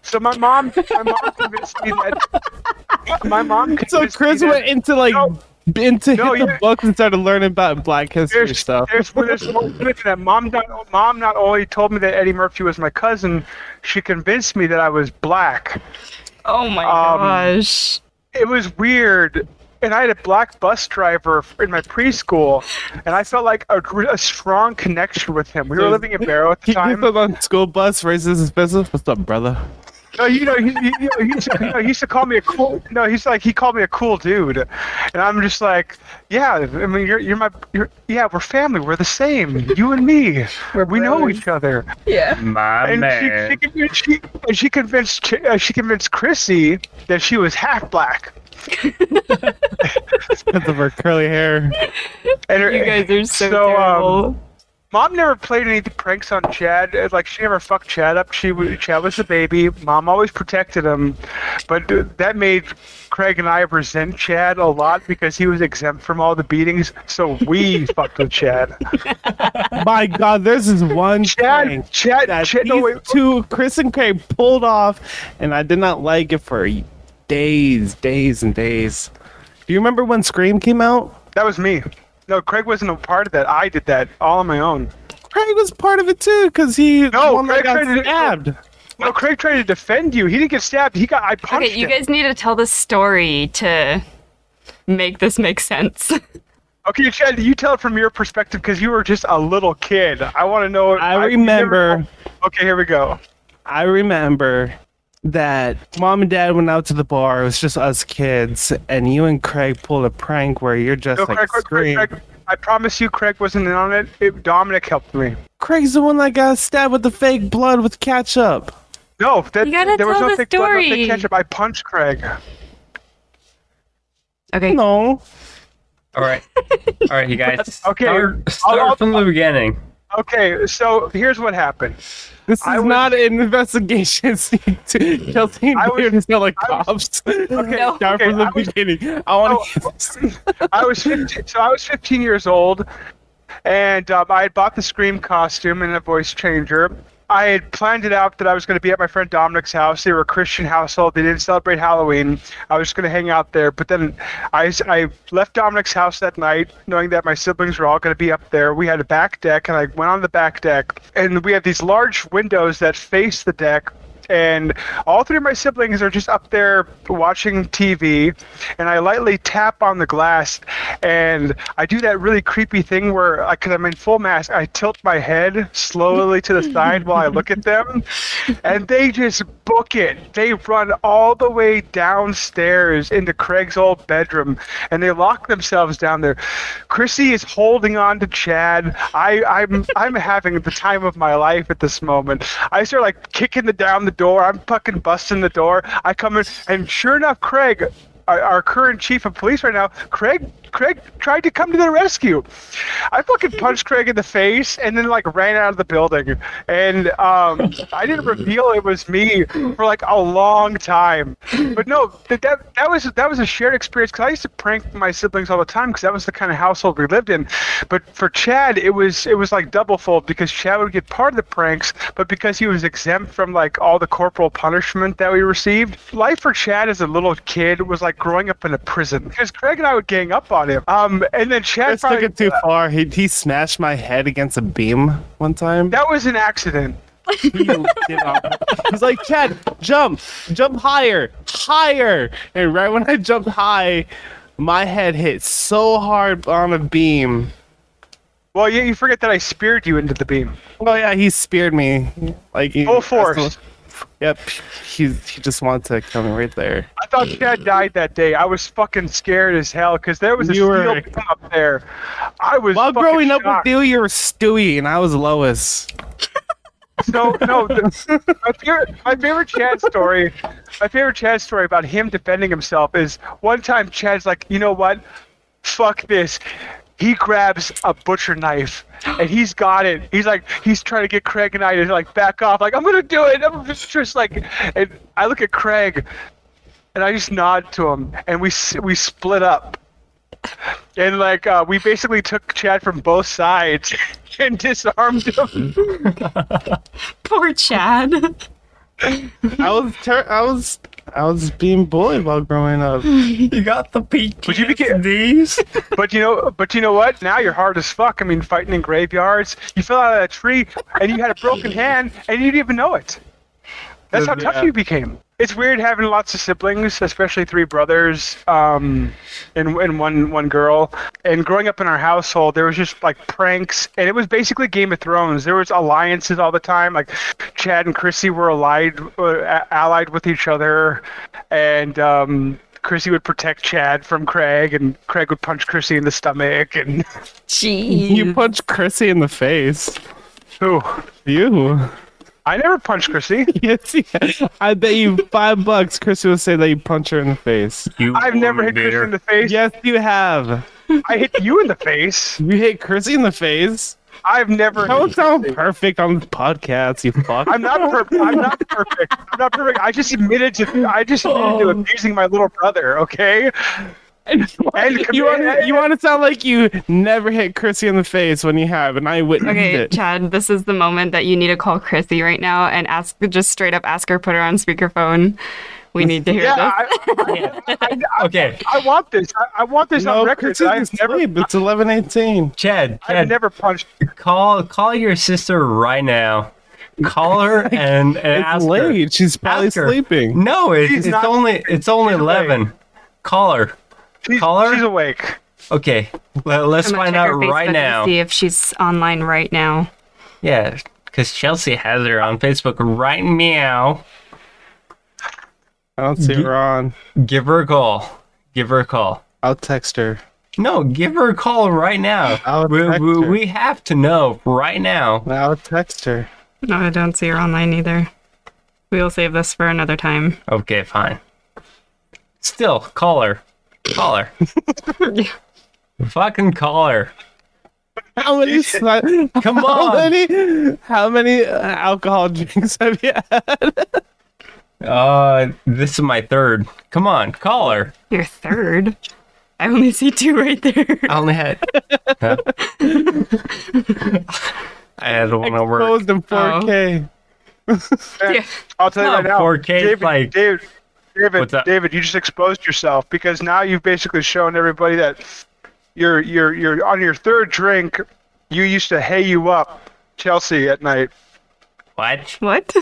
Speaker 2: So my mom, my mom convinced me that my mom.
Speaker 1: [LAUGHS] So
Speaker 2: convinced
Speaker 1: Chris
Speaker 2: me that-
Speaker 1: went into like
Speaker 2: No.
Speaker 1: into
Speaker 2: No,
Speaker 1: hit the
Speaker 2: you're-
Speaker 1: books and started learning about Black history
Speaker 2: there's,
Speaker 1: stuff.
Speaker 2: There's, well, there's more to it than that. Mom not, mom not only told me that Eddie Murphy was my cousin, she convinced me that I was black.
Speaker 3: Oh my
Speaker 2: Um,
Speaker 3: gosh.
Speaker 2: It was weird. And I had a black bus driver in my preschool, and I felt like a, gr- a strong connection with him. We were
Speaker 1: There's-
Speaker 2: living in Barrow at the
Speaker 1: He gets
Speaker 2: time.
Speaker 1: up on school bus, raises his fist. What's up, brother?
Speaker 2: No, you know, he, he, you know, he, used to, you know, he used to call me a cool. No, he's like he called me a cool dude, and I'm just like, yeah. I mean, you're you're my, you're, yeah. We're family. We're the same. You and me.
Speaker 3: [LAUGHS] We're
Speaker 2: we know
Speaker 3: brothers.
Speaker 2: each other.
Speaker 3: Yeah.
Speaker 4: My
Speaker 2: and
Speaker 4: man.
Speaker 2: she, she, convinced, she, and she convinced Ch- uh, she convinced Chrissy that she was half black.
Speaker 1: Because of her curly hair.
Speaker 2: And her,
Speaker 3: You guys are so,
Speaker 2: So, um,
Speaker 3: terrible.
Speaker 2: mom never played any pranks on Chad. uh, Like she never fucked Chad up. She wa- Chad was the baby. Mom always protected him, but uh, that made Craig and I resent Chad a lot because he was exempt from all the beatings. So we fucked with Chad.
Speaker 1: My God, there's this one thing
Speaker 2: Chad, Chad,
Speaker 1: that
Speaker 2: Chad. No,
Speaker 1: these
Speaker 2: wait,
Speaker 1: two, Chris and Craig, pulled off, and I did not like it for days, days, and days. Do you remember when Scream came out?
Speaker 2: that was me. No, Craig wasn't a part of that. I did that all on my own.
Speaker 1: Craig was part of it too, because he
Speaker 2: No,
Speaker 1: the one that
Speaker 2: Craig tried
Speaker 1: got
Speaker 2: to-
Speaker 1: stabbed.
Speaker 2: No, Craig tried to defend you. He didn't get stabbed. He got. I punched
Speaker 3: Okay, you
Speaker 2: him.
Speaker 3: guys need to tell the story to make this make sense. [LAUGHS]
Speaker 2: Okay, Chad, you tell it from your perspective because you were just a little kid. I want to know.
Speaker 1: I
Speaker 2: you never-
Speaker 1: remember.
Speaker 2: okay, here we go.
Speaker 1: I remember that mom and dad went out to the bar. It was just us kids, and you and Craig pulled a prank where you're just
Speaker 2: No,
Speaker 1: like
Speaker 2: Craig, Craig,
Speaker 1: Scream.
Speaker 2: Craig, Craig, I promise you, Craig wasn't in on it. it. Dominic helped me.
Speaker 1: Craig's the one that got stabbed with the fake blood with ketchup.
Speaker 2: No, that,
Speaker 3: You gotta
Speaker 2: there was
Speaker 3: tell
Speaker 2: no
Speaker 3: the
Speaker 2: thick blood, no thick
Speaker 3: story.
Speaker 2: ketchup. I punched Craig.
Speaker 3: Okay.
Speaker 1: No,
Speaker 4: All right. All right, you [LAUGHS] guys.
Speaker 2: Okay,
Speaker 4: Start, start
Speaker 2: I'll-
Speaker 4: from the beginning.
Speaker 2: Okay, so here's what happened.
Speaker 1: this is
Speaker 2: I was-
Speaker 1: not an investigation. [LAUGHS] scene to- Chelsea and
Speaker 2: I was-
Speaker 1: Beard is not like
Speaker 2: I
Speaker 1: [LAUGHS]
Speaker 2: was-
Speaker 1: cops.
Speaker 3: No.
Speaker 1: Start
Speaker 2: okay,
Speaker 1: from the
Speaker 2: I was-
Speaker 1: beginning. I Oh, [LAUGHS] want to.
Speaker 2: I was 15, so I was 15 years old, and um, I had bought the Scream costume and a voice changer. I had planned it out that I was going to be at my friend Dominic's house. They were a Christian household. They didn't celebrate Halloween. I was just going to hang out there. But then I, s- I left Dominic's house that night, knowing that my siblings were all going to be up there. We had a back deck, and I went on the back deck, and we had these large windows that face the deck and all three of my siblings are just up there watching TV, and I lightly tap on the glass, and I do that really creepy thing where, because I'm in full mask, I tilt my head slowly to the side while I look at them, and they just book it. They run all the way downstairs into Craig's old bedroom, and they lock themselves down there. Chrissy is holding on to Chad. I, I'm I'm having the time of my life at this moment. I start like kicking the down the door. I'm fucking busting the door. I come in, and sure enough, Craig, our, our current chief of police right now, Craig. Craig tried to come to their rescue. I fucking punched Craig in the face and then like ran out of the building. And um, I didn't reveal it was me [LAUGHS] for like a long time. But no, that that, that was that was a shared experience because I used to prank my siblings all the time because that was the kind of household we lived in. But for Chad, it was it was like double fold because Chad would get part of the pranks, but because he was exempt from like all the corporal punishment that we received, life for Chad as a little kid was like growing up in a prison because Craig and I would gang up on him. Um, and then
Speaker 1: Chris
Speaker 2: Chad
Speaker 1: took
Speaker 2: probably-
Speaker 1: it too far. He he smashed my head against a beam one time.
Speaker 2: that was an accident.
Speaker 1: He did not- He's like, Chad, jump, jump higher, higher. And right when I jumped high, my head hit so hard on a beam.
Speaker 2: Well, you, you forget that I speared you into the beam.
Speaker 1: Oh yeah, he speared me. Like he,
Speaker 2: Full force.
Speaker 1: Yep. He he just wanted to kill me right there.
Speaker 2: I thought Chad died that day. I was fucking scared as hell because there was a
Speaker 1: You
Speaker 2: steel
Speaker 1: were-
Speaker 2: beam up there. I was.
Speaker 1: While
Speaker 2: fucking
Speaker 1: growing up
Speaker 2: shocked.
Speaker 1: with you, you were Stewie and I was Lois.
Speaker 2: No, no. The, my, favorite, my favorite Chad story, my favorite Chad story about him defending himself is one time Chad's like, you know what? Fuck this. He grabs a butcher knife and he's got it. He's like, he's trying to get Craig and I to like back off. Like, I'm gonna do it. I'm just, just like, and I look at Craig, and I just nod to him, and we s- we split up. And like uh, we basically took Chad from both sides, [LAUGHS] Ken disarmed him.
Speaker 3: Poor Chad.
Speaker 1: I was ter- I was I was being bullied while growing
Speaker 2: [LAUGHS]
Speaker 1: up.
Speaker 4: You got the peach.
Speaker 2: Would you be ca-
Speaker 4: these?
Speaker 2: But you know, but you know what? Now you're hard as fuck. I mean, fighting in graveyards. You fell out of a tree, and you had a broken hand, and you didn't even know it. That's how tough
Speaker 4: Yeah.
Speaker 2: you became. It's weird having lots of siblings, especially three brothers, um, and and one one girl. And growing up in our household, there was just like pranks, and it was basically Game of Thrones. There was alliances all the time. Like Chad and Chrissy were allied uh, a- allied with each other, and um, Chrissy would protect Chad from Craig, and Craig would punch Chrissy in the stomach. And
Speaker 3: [LAUGHS]
Speaker 2: [LAUGHS]
Speaker 3: Jeez.
Speaker 1: You punched Chrissy in the face.
Speaker 2: who?
Speaker 1: You.
Speaker 2: I never punched Chrissy.
Speaker 1: [LAUGHS] Yes, yeah. I bet you five bucks Chrissy will say that you punch her in the face.
Speaker 4: You
Speaker 2: I've never hit Chrissy
Speaker 4: woman-beater.
Speaker 2: in the face.
Speaker 1: Yes, you have.
Speaker 2: I hit you in the face.
Speaker 1: You hit Chrissy in the face?
Speaker 2: I've never.
Speaker 1: Don't sound perfect on the podcast, you
Speaker 2: [LAUGHS]
Speaker 1: fuck.
Speaker 2: I'm not perfect.
Speaker 1: [LAUGHS]
Speaker 2: I'm not perfect. I'm not perfect. I just admitted to. I just admitted
Speaker 1: Oh.
Speaker 2: to abusing my little brother. Okay. And
Speaker 1: you want to you want to sound like you never hit Chrissy in the face when you have, and I witnessed
Speaker 3: Okay,
Speaker 1: it.
Speaker 3: Chad, this is the moment that you need to call Chrissy right now and ask, just straight up ask her, put her on speakerphone. We need to hear
Speaker 2: Yeah,
Speaker 3: this.
Speaker 2: I, I, I,
Speaker 4: Okay,
Speaker 2: I want this. I, I want this
Speaker 1: No,
Speaker 2: on record.
Speaker 1: Chrissy's
Speaker 2: that I've
Speaker 1: asleep.
Speaker 2: never. [LAUGHS]
Speaker 1: It's eleven eighteen.
Speaker 4: Chad. Chad,
Speaker 2: I've never punched.
Speaker 4: call call your sister right now.
Speaker 1: [LAUGHS]
Speaker 4: Call her and, and
Speaker 1: It's
Speaker 4: ask her.
Speaker 1: late. She's probably
Speaker 4: Ask her. Mm-hmm.
Speaker 1: sleeping.
Speaker 4: No, it,
Speaker 2: She's
Speaker 4: it's
Speaker 2: not-
Speaker 4: only it's only
Speaker 2: she's
Speaker 4: eleven. Call her.
Speaker 2: She's,
Speaker 4: Call her?
Speaker 2: she's awake.
Speaker 4: Okay, let, us
Speaker 3: I'm gonna
Speaker 4: find
Speaker 3: check
Speaker 4: out
Speaker 3: her Facebook
Speaker 4: right
Speaker 3: and
Speaker 4: now.
Speaker 3: See if she's online right now.
Speaker 4: Yeah, because Chelsea has her on Facebook right now.
Speaker 1: I don't see her on.
Speaker 4: Give her a call. Give her a call.
Speaker 1: I'll text her.
Speaker 4: No, give her a call right now.
Speaker 1: I'll
Speaker 4: We,
Speaker 1: text
Speaker 4: we,
Speaker 1: her.
Speaker 4: we have to know right now.
Speaker 1: I'll text
Speaker 2: [LAUGHS]
Speaker 1: her.
Speaker 3: No, I don't see her online either. We'll save this for another time.
Speaker 4: Okay, fine. Still, call her.
Speaker 1: [LAUGHS]
Speaker 4: Call her. Fucking call her.
Speaker 1: How many? si-
Speaker 2: [LAUGHS]
Speaker 1: how [LAUGHS]
Speaker 4: Come on.
Speaker 1: many? How many uh, alcohol drinks have you [LAUGHS] had?
Speaker 4: Uh, this is my third. Come on, call her.
Speaker 3: Your third. I only see two
Speaker 2: [LAUGHS]
Speaker 3: right there.
Speaker 4: I only had. Huh? [LAUGHS] I had one over.
Speaker 1: Exposed in 4K.
Speaker 3: Yeah.
Speaker 2: I'll tell you right now.
Speaker 4: No, 4K,
Speaker 2: David,
Speaker 4: like-
Speaker 2: David, David,
Speaker 4: What's up?
Speaker 2: David, you just exposed yourself because now you've basically shown everybody that you're you're you're on your third drink. You used to hay you up, Chelsea, at night.
Speaker 4: What?
Speaker 3: What?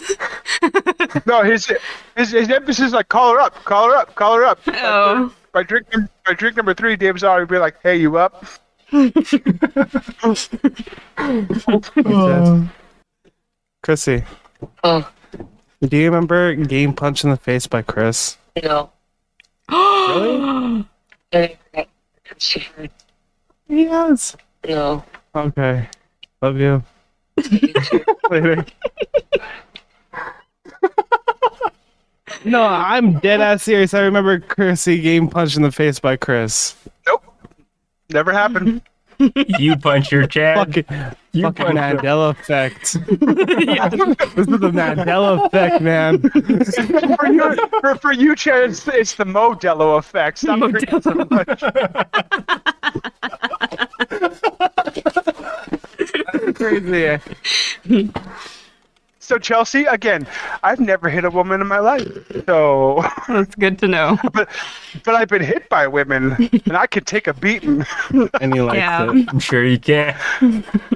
Speaker 2: No, his his, his emphasis is like call her up, call her up, call her up.
Speaker 3: Oh.
Speaker 2: By drink num- by drink number three, David's already be like, hey, you up?
Speaker 4: Oh.
Speaker 1: Chrissy,
Speaker 5: Oh,
Speaker 1: do you remember Game Punch in the Face by Chris?
Speaker 5: no. Really?
Speaker 1: Yes.
Speaker 5: No.
Speaker 1: Okay. Love you. Later. [LAUGHS] no, I'm dead ass serious. I remember Chrissy Game Punch in the Face by Chris.
Speaker 2: Nope, never happened.
Speaker 4: You punch your Chad.
Speaker 1: Fucking,
Speaker 4: you
Speaker 1: fucking
Speaker 4: punch her.
Speaker 1: Mandela
Speaker 4: [LAUGHS]
Speaker 1: effect. [LAUGHS] This is the Mandela effect, man.
Speaker 2: for you, for, for you, Chad, it's, it's the Modelo effect. Stop
Speaker 3: Modelo.
Speaker 2: drinking so much.
Speaker 1: Crazy.
Speaker 2: So Chelsea, again, I've never hit a woman in my life. So, [LAUGHS]
Speaker 3: That's good to know.
Speaker 2: but, but I've been hit by women, and I could take a beating.
Speaker 1: And he likes
Speaker 3: Yeah.
Speaker 1: it.
Speaker 4: I'm sure you can.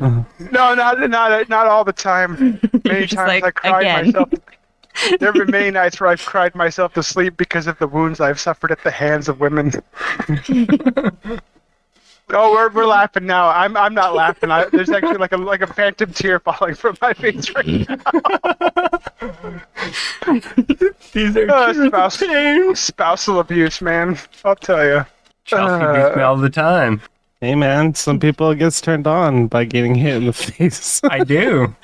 Speaker 2: No, not not not all the time.
Speaker 3: [LAUGHS]
Speaker 2: Many
Speaker 3: just
Speaker 2: times
Speaker 3: like,
Speaker 2: I cried
Speaker 3: "Again."
Speaker 2: myself.
Speaker 3: [LAUGHS]
Speaker 2: There have been many nights where I've cried myself to sleep because of the wounds I've suffered at the hands of
Speaker 3: [LAUGHS]
Speaker 2: women. oh, we're, we're laughing now. I'm I'm not laughing. I, there's actually like a like a phantom tear falling from my face right now.
Speaker 1: [LAUGHS]
Speaker 4: These are
Speaker 2: Uh,
Speaker 4: cute
Speaker 2: spouse-
Speaker 4: things.
Speaker 2: Spousal abuse, man. I'll tell you.
Speaker 4: Chelsea
Speaker 2: Uh,
Speaker 4: beats me all the time.
Speaker 1: Hey man, some people gets turned on by getting hit in the face. [LAUGHS]
Speaker 4: I do.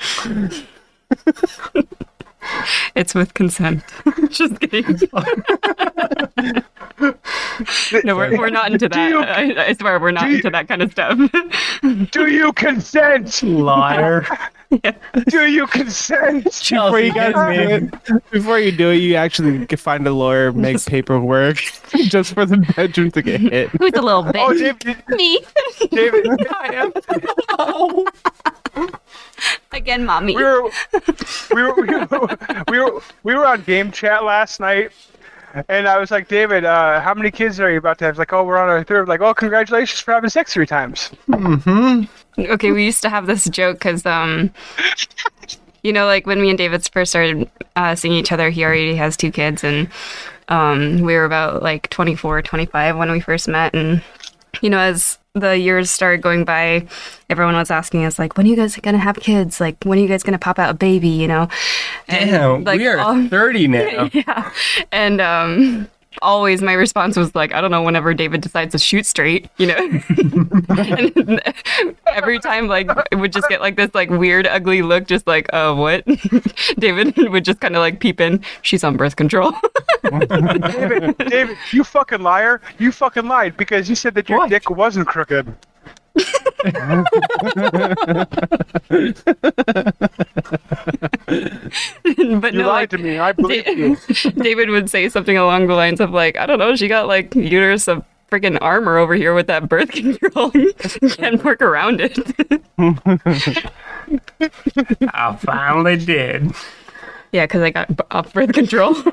Speaker 3: It's with consent. [LAUGHS]
Speaker 2: [LAUGHS]
Speaker 3: Just kidding. no, we're, we're not into that.
Speaker 2: you-
Speaker 3: I, I swear, we're not
Speaker 2: do you-
Speaker 3: into that kind
Speaker 2: [LAUGHS]
Speaker 3: of stuff.
Speaker 2: Do you consent?
Speaker 4: Liar.
Speaker 2: Do you
Speaker 3: [LAUGHS]
Speaker 2: consent?
Speaker 1: before
Speaker 4: Chelsea
Speaker 1: you guys
Speaker 4: gets
Speaker 1: do
Speaker 4: me.
Speaker 1: it, before you do it, you actually can find a lawyer, make paperwork [LAUGHS] just for the bedroom to get hit.
Speaker 3: Who's a little
Speaker 2: Oh,
Speaker 3: bitch?
Speaker 2: David,
Speaker 3: Me.
Speaker 2: David,
Speaker 4: I am.
Speaker 3: and mommy.
Speaker 2: we were we were, we were we were we were on game chat last night and I was like, David, uh, how many kids are you about to have? He's like, oh, we're on our third. Like, oh, congratulations for having sex three times.
Speaker 3: okay, we used to have this joke because, um, you know, like when me and David first started uh, seeing each other, he already has two kids, and um, we were about like 24, 25 when we first met, and you know, as the years started going by, everyone was asking us like, when are you guys gonna have kids? Like, when are you guys gonna pop out a baby? You know, And,
Speaker 4: Damn,
Speaker 3: like, um,
Speaker 4: we are
Speaker 3: all-
Speaker 4: 30 now.
Speaker 3: [LAUGHS] yeah, and um. Always, my response was like, I don't know. Whenever David decides to shoot straight,
Speaker 2: [LAUGHS]
Speaker 3: you know, and every time like it would just get like this like weird ugly look just like uh what [LAUGHS] david [LAUGHS] would just kind of like peep in she's on birth control [LAUGHS]
Speaker 2: David, David, you fucking liar. You fucking lied because you said that your
Speaker 4: What?
Speaker 2: dick wasn't crooked.
Speaker 3: but
Speaker 2: You
Speaker 3: no
Speaker 2: lied
Speaker 3: like,
Speaker 2: to me. I believe you.
Speaker 3: [LAUGHS] david would say something along the lines of like i don't know she got like uterus of freaking armor over here with that birth [LAUGHS] control can't work around it
Speaker 4: I finally did.
Speaker 3: yeah because i got b- off birth control [LAUGHS]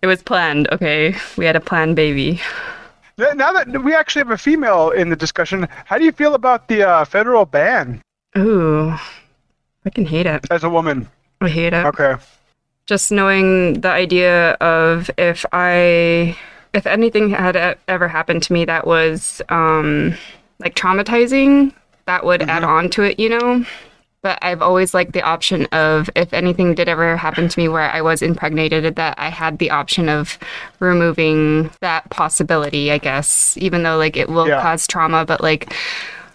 Speaker 3: it was planned okay we had a planned baby
Speaker 2: Th- Now that we actually have a female in the discussion, how do you feel about the uh, federal ban
Speaker 3: ooh i can hate it
Speaker 2: as a woman?
Speaker 3: i hate it
Speaker 2: Okay.
Speaker 3: just knowing the idea of if I, if anything had e- ever happened to me that was um, like traumatizing, that would add on to it, you know? But I've always liked the option of if anything did ever happen to me where I was impregnated, that I had the option of removing that possibility, I guess, even though like it will
Speaker 2: Yeah.
Speaker 3: cause trauma, but like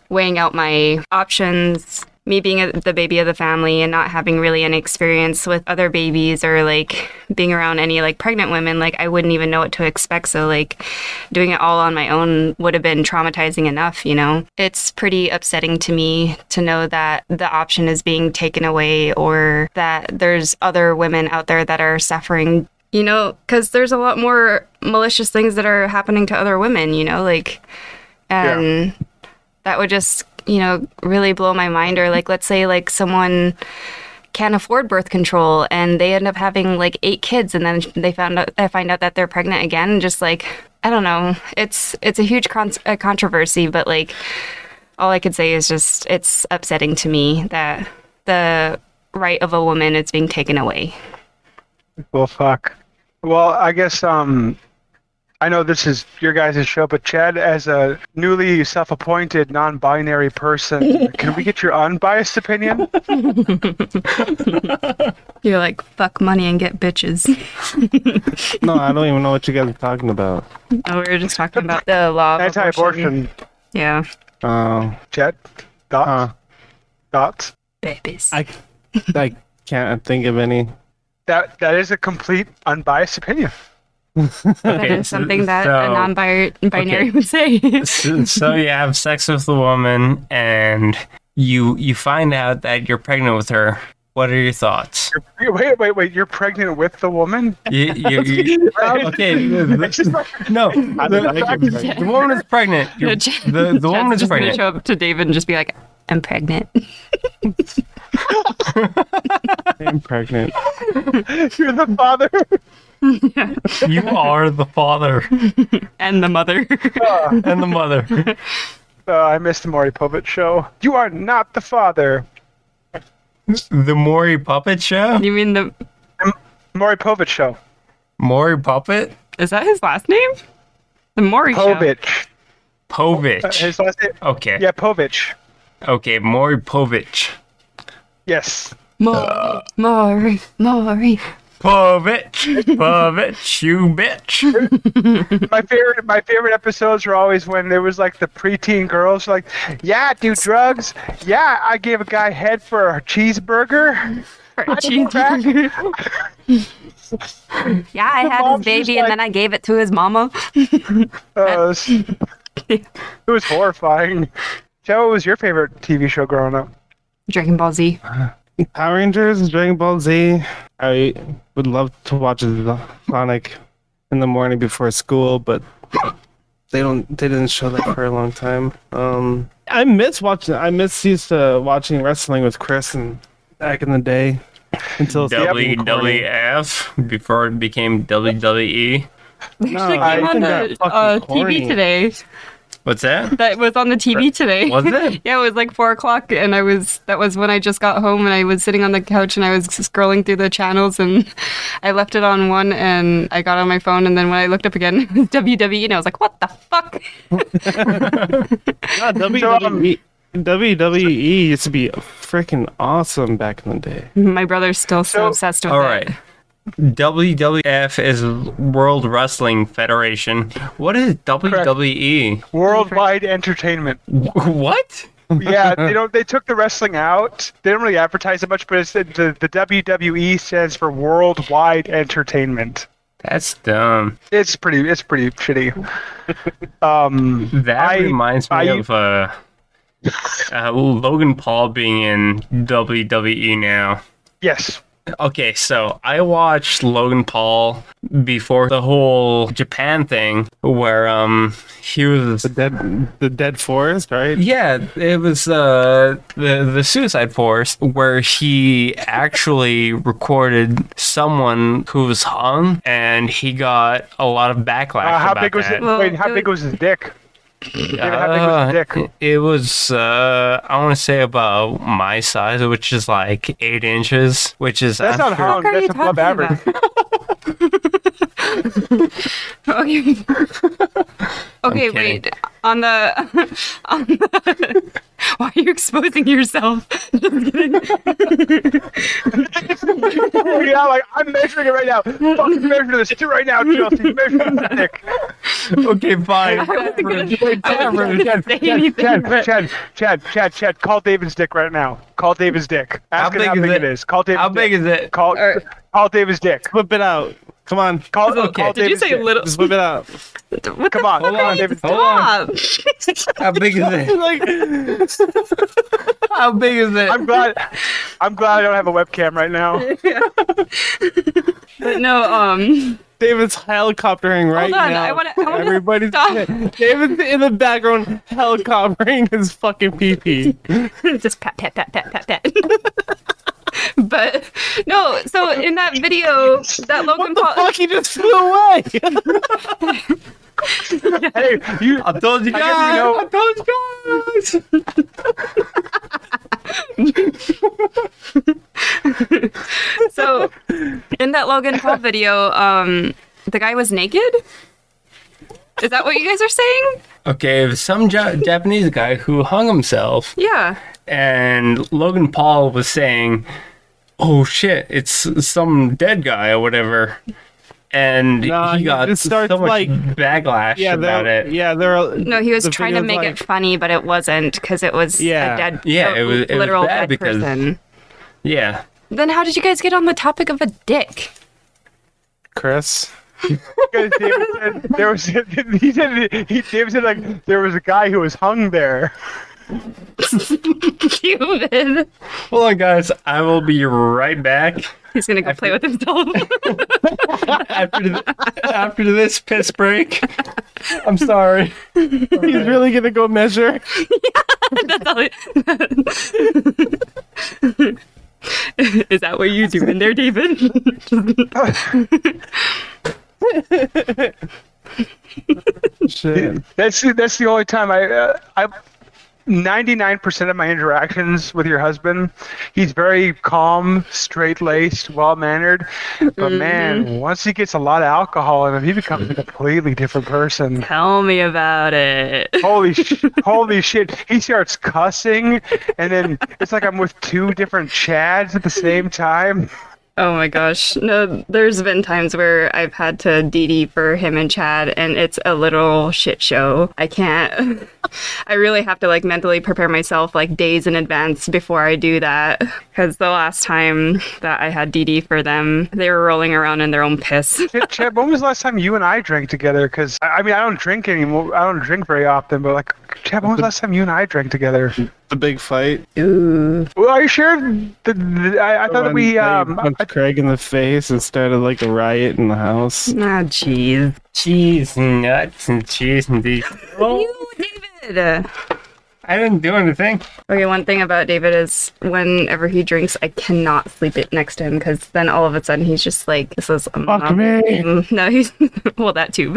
Speaker 3: weighing out my options me being a, the baby of the family and not having really any experience with other babies or like being around any like pregnant women like i wouldn't even know what to expect so like doing it all on my own would have been traumatizing enough you know it's pretty upsetting to me to know that the option is being taken away or that there's other women out there that are suffering you know because there's a lot more malicious things that are happening to other women you know like
Speaker 2: Yeah.
Speaker 3: and that would just you know really blow my mind or like let's say like someone can't afford birth control and they end up having like eight kids and then they found out uh, find out that they're pregnant again and just like i don't know it's it's a huge con- uh, controversy but like all i could say is just it's upsetting to me that the right of a woman is being taken away
Speaker 2: Well, fuck. Well, I guess um, I know this is your guys' show, but Chad, as a newly self-appointed non-binary person, can we get your unbiased opinion?
Speaker 3: you're like fuck money and get bitches
Speaker 1: No, I don't even know what you guys are talking about.
Speaker 3: oh we were just talking about the law of
Speaker 2: Anti-abortion,
Speaker 3: yeah
Speaker 1: Um,
Speaker 2: Chad. Dots.
Speaker 1: uh,
Speaker 2: Dots.
Speaker 3: babies
Speaker 1: I, I can't think of any.
Speaker 2: That that is a complete unbiased opinion.
Speaker 3: That
Speaker 4: Okay,
Speaker 3: is
Speaker 4: so-
Speaker 3: something that
Speaker 4: so-
Speaker 3: a non-binary
Speaker 4: okay.
Speaker 3: would say.
Speaker 4: so so you have sex with the woman and you you find out that you're pregnant with her. What are your thoughts?
Speaker 2: Wait, Wait, wait, wait! You're pregnant with the woman?
Speaker 4: You, you,
Speaker 2: [LAUGHS]
Speaker 4: you, okay,
Speaker 2: It's just like-
Speaker 4: [LAUGHS] no, the, the woman is pregnant. You're- The, the woman
Speaker 3: [LAUGHS]
Speaker 4: is
Speaker 3: just gonna
Speaker 4: pregnant.
Speaker 3: show up to David and just be like, "I'm pregnant."
Speaker 1: I'm pregnant.
Speaker 2: you're the father.
Speaker 4: You are the father
Speaker 3: and the mother. [LAUGHS]
Speaker 4: and the mother.
Speaker 2: Uh, I missed the Maury Povich show. You are not the father.
Speaker 4: The Maury Puppet Show?
Speaker 3: you mean the?
Speaker 2: Maury Povich show.
Speaker 4: Maury Puppet?
Speaker 3: Is that his last name? The Maury show.
Speaker 2: Povich.
Speaker 4: Povich.
Speaker 2: Uh, His last name.
Speaker 4: Okay.
Speaker 2: Yeah, Povich.
Speaker 4: Okay, Maury Povich.
Speaker 2: Yes.
Speaker 3: Maury, Maury, Maury.
Speaker 4: Povich. Povich, you
Speaker 2: [LAUGHS]
Speaker 4: bitch.
Speaker 2: My favorite my favorite episodes were always when there was like the preteen girls like, Yeah, I do drugs. Yeah, I gave a guy head for a cheeseburger.
Speaker 3: For a
Speaker 2: crack.
Speaker 3: cheeseburger. [LAUGHS] yeah, I had
Speaker 2: mom's
Speaker 3: his baby
Speaker 2: just
Speaker 3: and
Speaker 2: like-
Speaker 3: then I gave it to his mama.
Speaker 2: Uh, s- it was horrifying. Joe, what was your favorite TV show growing up?
Speaker 3: Dragon Ball Z.
Speaker 1: Power Rangers, Dragon Ball Z. I would love to watch Sonic in the morning before school, but they don't. They didn't show that for a long time. Um, I miss watching. I miss used to watching wrestling with Chris and back in the day until it's
Speaker 4: E
Speaker 1: fucking corny.
Speaker 4: WWF before it became E. WWE.
Speaker 3: They
Speaker 1: No,
Speaker 3: actually
Speaker 1: I
Speaker 3: came on
Speaker 1: think that
Speaker 3: the
Speaker 1: fucking
Speaker 3: uh,
Speaker 1: corny.
Speaker 3: TV today.
Speaker 4: What's
Speaker 2: [LAUGHS]
Speaker 4: that?
Speaker 3: That was on the TV today.
Speaker 4: Was it?
Speaker 3: [LAUGHS] yeah, it was like four o'clock, and I was that was when I just got home, and I was sitting on the couch, and I was scrolling through the channels, and [LAUGHS] I left it on one, and I got on my phone, and then when I looked up again, [LAUGHS] it was WWE, and I was like, "What the fuck?" [LAUGHS]
Speaker 1: God, WWE, WWE E used to be freaking awesome back in the day.
Speaker 3: My brother's still so
Speaker 2: So-
Speaker 3: obsessed with
Speaker 4: All
Speaker 3: it.
Speaker 4: right. WWF is World Wrestling Federation. What is WWE?
Speaker 2: Worldwide entertainment.
Speaker 4: What?
Speaker 2: yeah, they don't. They took the wrestling out. They don't really advertise it much, but it's the, the the WWE stands for Worldwide Entertainment.
Speaker 4: That's dumb.
Speaker 2: It's pretty. It's pretty shitty. Um,
Speaker 4: That
Speaker 2: I-
Speaker 4: reminds me
Speaker 2: I-
Speaker 4: of uh, uh, Logan Paul being in WWE now.
Speaker 2: yes.
Speaker 4: Okay, so I watched Logan Paul before the whole Japan thing, where um he was
Speaker 1: The dead, the dead forest, right?
Speaker 4: Yeah, it was uh, the the Suicide Force where he actually recorded someone who was hung, and he got a lot of backlash.
Speaker 2: Uh, how
Speaker 4: about
Speaker 2: big was
Speaker 4: that.
Speaker 2: it?
Speaker 3: Well,
Speaker 2: wait, how
Speaker 3: it
Speaker 2: big was his dick? David, how big was
Speaker 4: Uh,
Speaker 2: his dick?
Speaker 4: It was uh, I want to say about my size, which is like eight inches, which is
Speaker 2: That's not
Speaker 4: I'm [LAUGHS] sure-
Speaker 2: hung.
Speaker 3: What are
Speaker 2: That's
Speaker 3: you
Speaker 2: above
Speaker 3: talking
Speaker 2: average.
Speaker 3: about? [LAUGHS] okay.
Speaker 4: [LAUGHS]
Speaker 3: okay,
Speaker 4: kidding.
Speaker 3: wait. On the, [LAUGHS] on the [LAUGHS] why are you exposing yourself?
Speaker 2: [LAUGHS]
Speaker 3: [LAUGHS]
Speaker 2: yeah, like I'm measuring it right now. Fucking measure this too right now,
Speaker 4: [LAUGHS]
Speaker 2: Chelsea. Measure this dick.
Speaker 4: Okay, fine.
Speaker 3: [LAUGHS] I wasn't gonna, I wasn't
Speaker 4: average.
Speaker 3: gonna say
Speaker 2: Chad,
Speaker 3: anything.
Speaker 4: [LAUGHS]
Speaker 2: Chad,
Speaker 3: but-
Speaker 2: Chad, Chad, Chad, Chad, call David's dick right now. Call David's dick. Ask
Speaker 4: How
Speaker 2: him how
Speaker 4: big
Speaker 2: big
Speaker 4: is
Speaker 2: it
Speaker 4: it?
Speaker 2: is. Call David's
Speaker 4: How big
Speaker 2: dick.
Speaker 4: is it?
Speaker 2: Call,
Speaker 3: All right.
Speaker 2: call David's dick.
Speaker 1: Whip it out. Come on,
Speaker 2: Call,
Speaker 4: Okay.
Speaker 2: call
Speaker 3: Did you
Speaker 2: David's
Speaker 3: say
Speaker 2: dick.
Speaker 3: little?
Speaker 1: just whip it out.
Speaker 3: What
Speaker 2: Come
Speaker 3: the
Speaker 2: on,
Speaker 3: fuck
Speaker 2: hold
Speaker 3: are
Speaker 2: on,
Speaker 3: you-
Speaker 4: [LAUGHS]
Speaker 2: David,
Speaker 4: hold
Speaker 3: Stop.
Speaker 4: How big is [LAUGHS] it?
Speaker 1: Like,
Speaker 4: How big is it?
Speaker 2: I'm glad. I'm glad I don't have a webcam right
Speaker 4: [LAUGHS]
Speaker 2: now.
Speaker 3: but no, um, [LAUGHS]
Speaker 1: David's helicoptering right
Speaker 3: hold on.
Speaker 1: now.
Speaker 3: I want to. I want to.
Speaker 1: Everybody's
Speaker 3: stop.
Speaker 1: David's in the background helicoptering his fucking pee pee.
Speaker 3: just pat pat pat pat pat [LAUGHS] pat. but no, so in that video, that Logan Paul.
Speaker 1: Fuck, he just flew away.
Speaker 2: Hey, you.
Speaker 4: I told you guys.
Speaker 2: guess we know-
Speaker 4: I told you guys.
Speaker 3: So in that Logan Paul video, um, the guy was naked. Is that what you guys are saying?
Speaker 4: Okay, it was some ja- Japanese guy who hung himself,
Speaker 3: Yeah.
Speaker 4: and Logan Paul was saying, "Oh shit, it's some dead guy or whatever," and
Speaker 1: Nah,
Speaker 4: he
Speaker 1: he
Speaker 4: got
Speaker 1: just starts,
Speaker 4: so much
Speaker 1: like-
Speaker 4: backlash
Speaker 1: yeah,
Speaker 4: about
Speaker 1: they're,
Speaker 4: it.
Speaker 1: yeah, they're
Speaker 3: No, he was
Speaker 1: the
Speaker 3: trying to
Speaker 1: video's
Speaker 3: make
Speaker 1: like-
Speaker 3: it funny, but it wasn't because it was
Speaker 1: Yeah.
Speaker 3: a dead,
Speaker 4: Yeah,
Speaker 3: a
Speaker 4: it was- it was
Speaker 3: literal
Speaker 4: bad
Speaker 3: dead
Speaker 4: because-
Speaker 3: person.
Speaker 4: Yeah,
Speaker 3: Then how did you guys get on the topic of a dick? [LAUGHS]
Speaker 1: Chris.
Speaker 2: David said there was. [LAUGHS] He said. He David said like there was a guy who was hung there.
Speaker 3: Cupid.
Speaker 4: Hold on, guys. I will be right [LAUGHS] back
Speaker 3: He's gonna go play with himself. [LAUGHS]
Speaker 4: after th- after this piss break. [LAUGHS] I'm sorry.
Speaker 1: He's really gonna go measure.
Speaker 3: That's all it- [LAUGHS] Is that what you do in there, David?
Speaker 1: Shit.
Speaker 2: That's that's the only time I uh, I. 99% of my interactions with your husband, he's very calm, straight-laced, well-mannered. But man, once he gets a lot of alcohol in him, he becomes a completely different person.
Speaker 3: Tell me about it.
Speaker 2: holy sh- holy shit he starts cussing and then it's like i'm with two different chads at the same time
Speaker 3: Oh my gosh. No, there's been times where I've had to DD for him and Chad, and it's a literal shit show. I can't. [LAUGHS] I really have to like mentally prepare myself like days in advance before I do that. Because the last time that I had DD for them, they were rolling around in their own piss.
Speaker 2: Ch- chad when was the last time you and i drank together because I, I mean i don't drink anymore i don't drink very often but like chad when was the last time you and i drank together
Speaker 1: The big fight.
Speaker 2: well are you sure the, the, I, I thought that
Speaker 1: When
Speaker 2: we
Speaker 1: they
Speaker 2: um I,
Speaker 1: punched Craig in the face and started like a riot in the house.
Speaker 3: Ah, jeez. Oh.
Speaker 4: Cheese nuts and cheese and these.
Speaker 3: You, David!
Speaker 4: I I didn't do anything.
Speaker 3: Okay, one thing about David is whenever he drinks, I cannot sleep it next to him because then all of a sudden he's just like, "This is um,
Speaker 1: Fuck
Speaker 3: um,
Speaker 1: me.
Speaker 3: mm, [LAUGHS] No, he's well that too,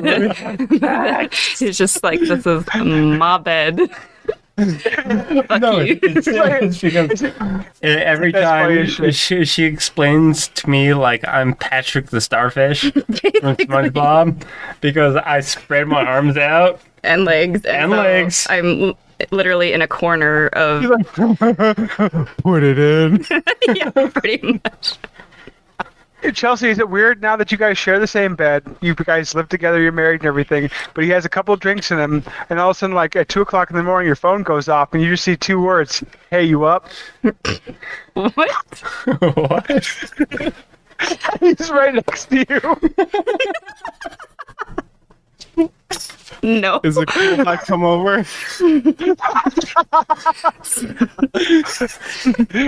Speaker 3: [LAUGHS] but he's just like, "This is um, my bed." Fuck
Speaker 4: no,
Speaker 3: you.
Speaker 2: um,
Speaker 4: it's,
Speaker 2: [LAUGHS]
Speaker 4: it's because and E, every
Speaker 2: That's why
Speaker 4: time
Speaker 2: you should-
Speaker 4: she, she explains to me like I'm Patrick the Starfish from SpongeBob because I spread my arms out.
Speaker 3: and legs
Speaker 4: And
Speaker 3: so
Speaker 4: legs.
Speaker 3: I'm l- literally in a corner [LAUGHS] of
Speaker 1: Put it in.
Speaker 3: yeah, [LAUGHS] pretty much.
Speaker 2: Chelsea, is it weird now that you guys share the same bed? You guys live together, you're married and everything, but he has a couple drinks in him, and all of a sudden, like at two o'clock in the morning, your phone goes off, and you just see two words: "Hey, you up?" [LAUGHS]
Speaker 3: What?
Speaker 4: [LAUGHS] what?
Speaker 2: He's right next to you. [LAUGHS]
Speaker 3: No.
Speaker 1: Is it cool if I come over?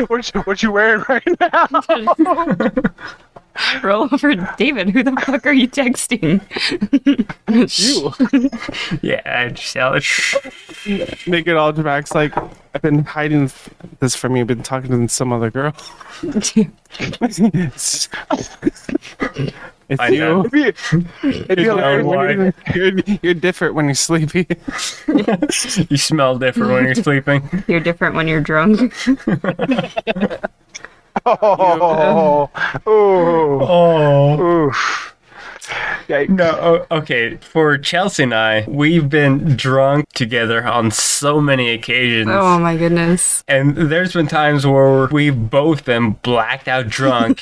Speaker 1: [LAUGHS]
Speaker 2: what, you, what you wearing right now?
Speaker 3: Roll over, David. Who the fuck are you texting? [LAUGHS] you.
Speaker 4: Yeah, I just yelled, "Shh."
Speaker 1: Make it all Drax like I've been hiding this from you. Been talking to some other girl. [LAUGHS] it's
Speaker 4: I know.
Speaker 1: you.
Speaker 2: It'd be- it'd be
Speaker 4: It's
Speaker 2: hilarious
Speaker 4: not
Speaker 2: when you-
Speaker 1: You're, you're different when you're sleepy.
Speaker 4: you smell different when you're sleeping.
Speaker 3: You're different when you're [LAUGHS] drunk.
Speaker 2: Oh, oh,
Speaker 4: Oh.
Speaker 2: oof. Yikes.
Speaker 4: No, o- okay. For Chelsea and I, we've been drunk together on so many occasions.
Speaker 3: Oh my goodness.
Speaker 4: And there's been times where we've both been blacked
Speaker 3: [LAUGHS]
Speaker 4: out drunk,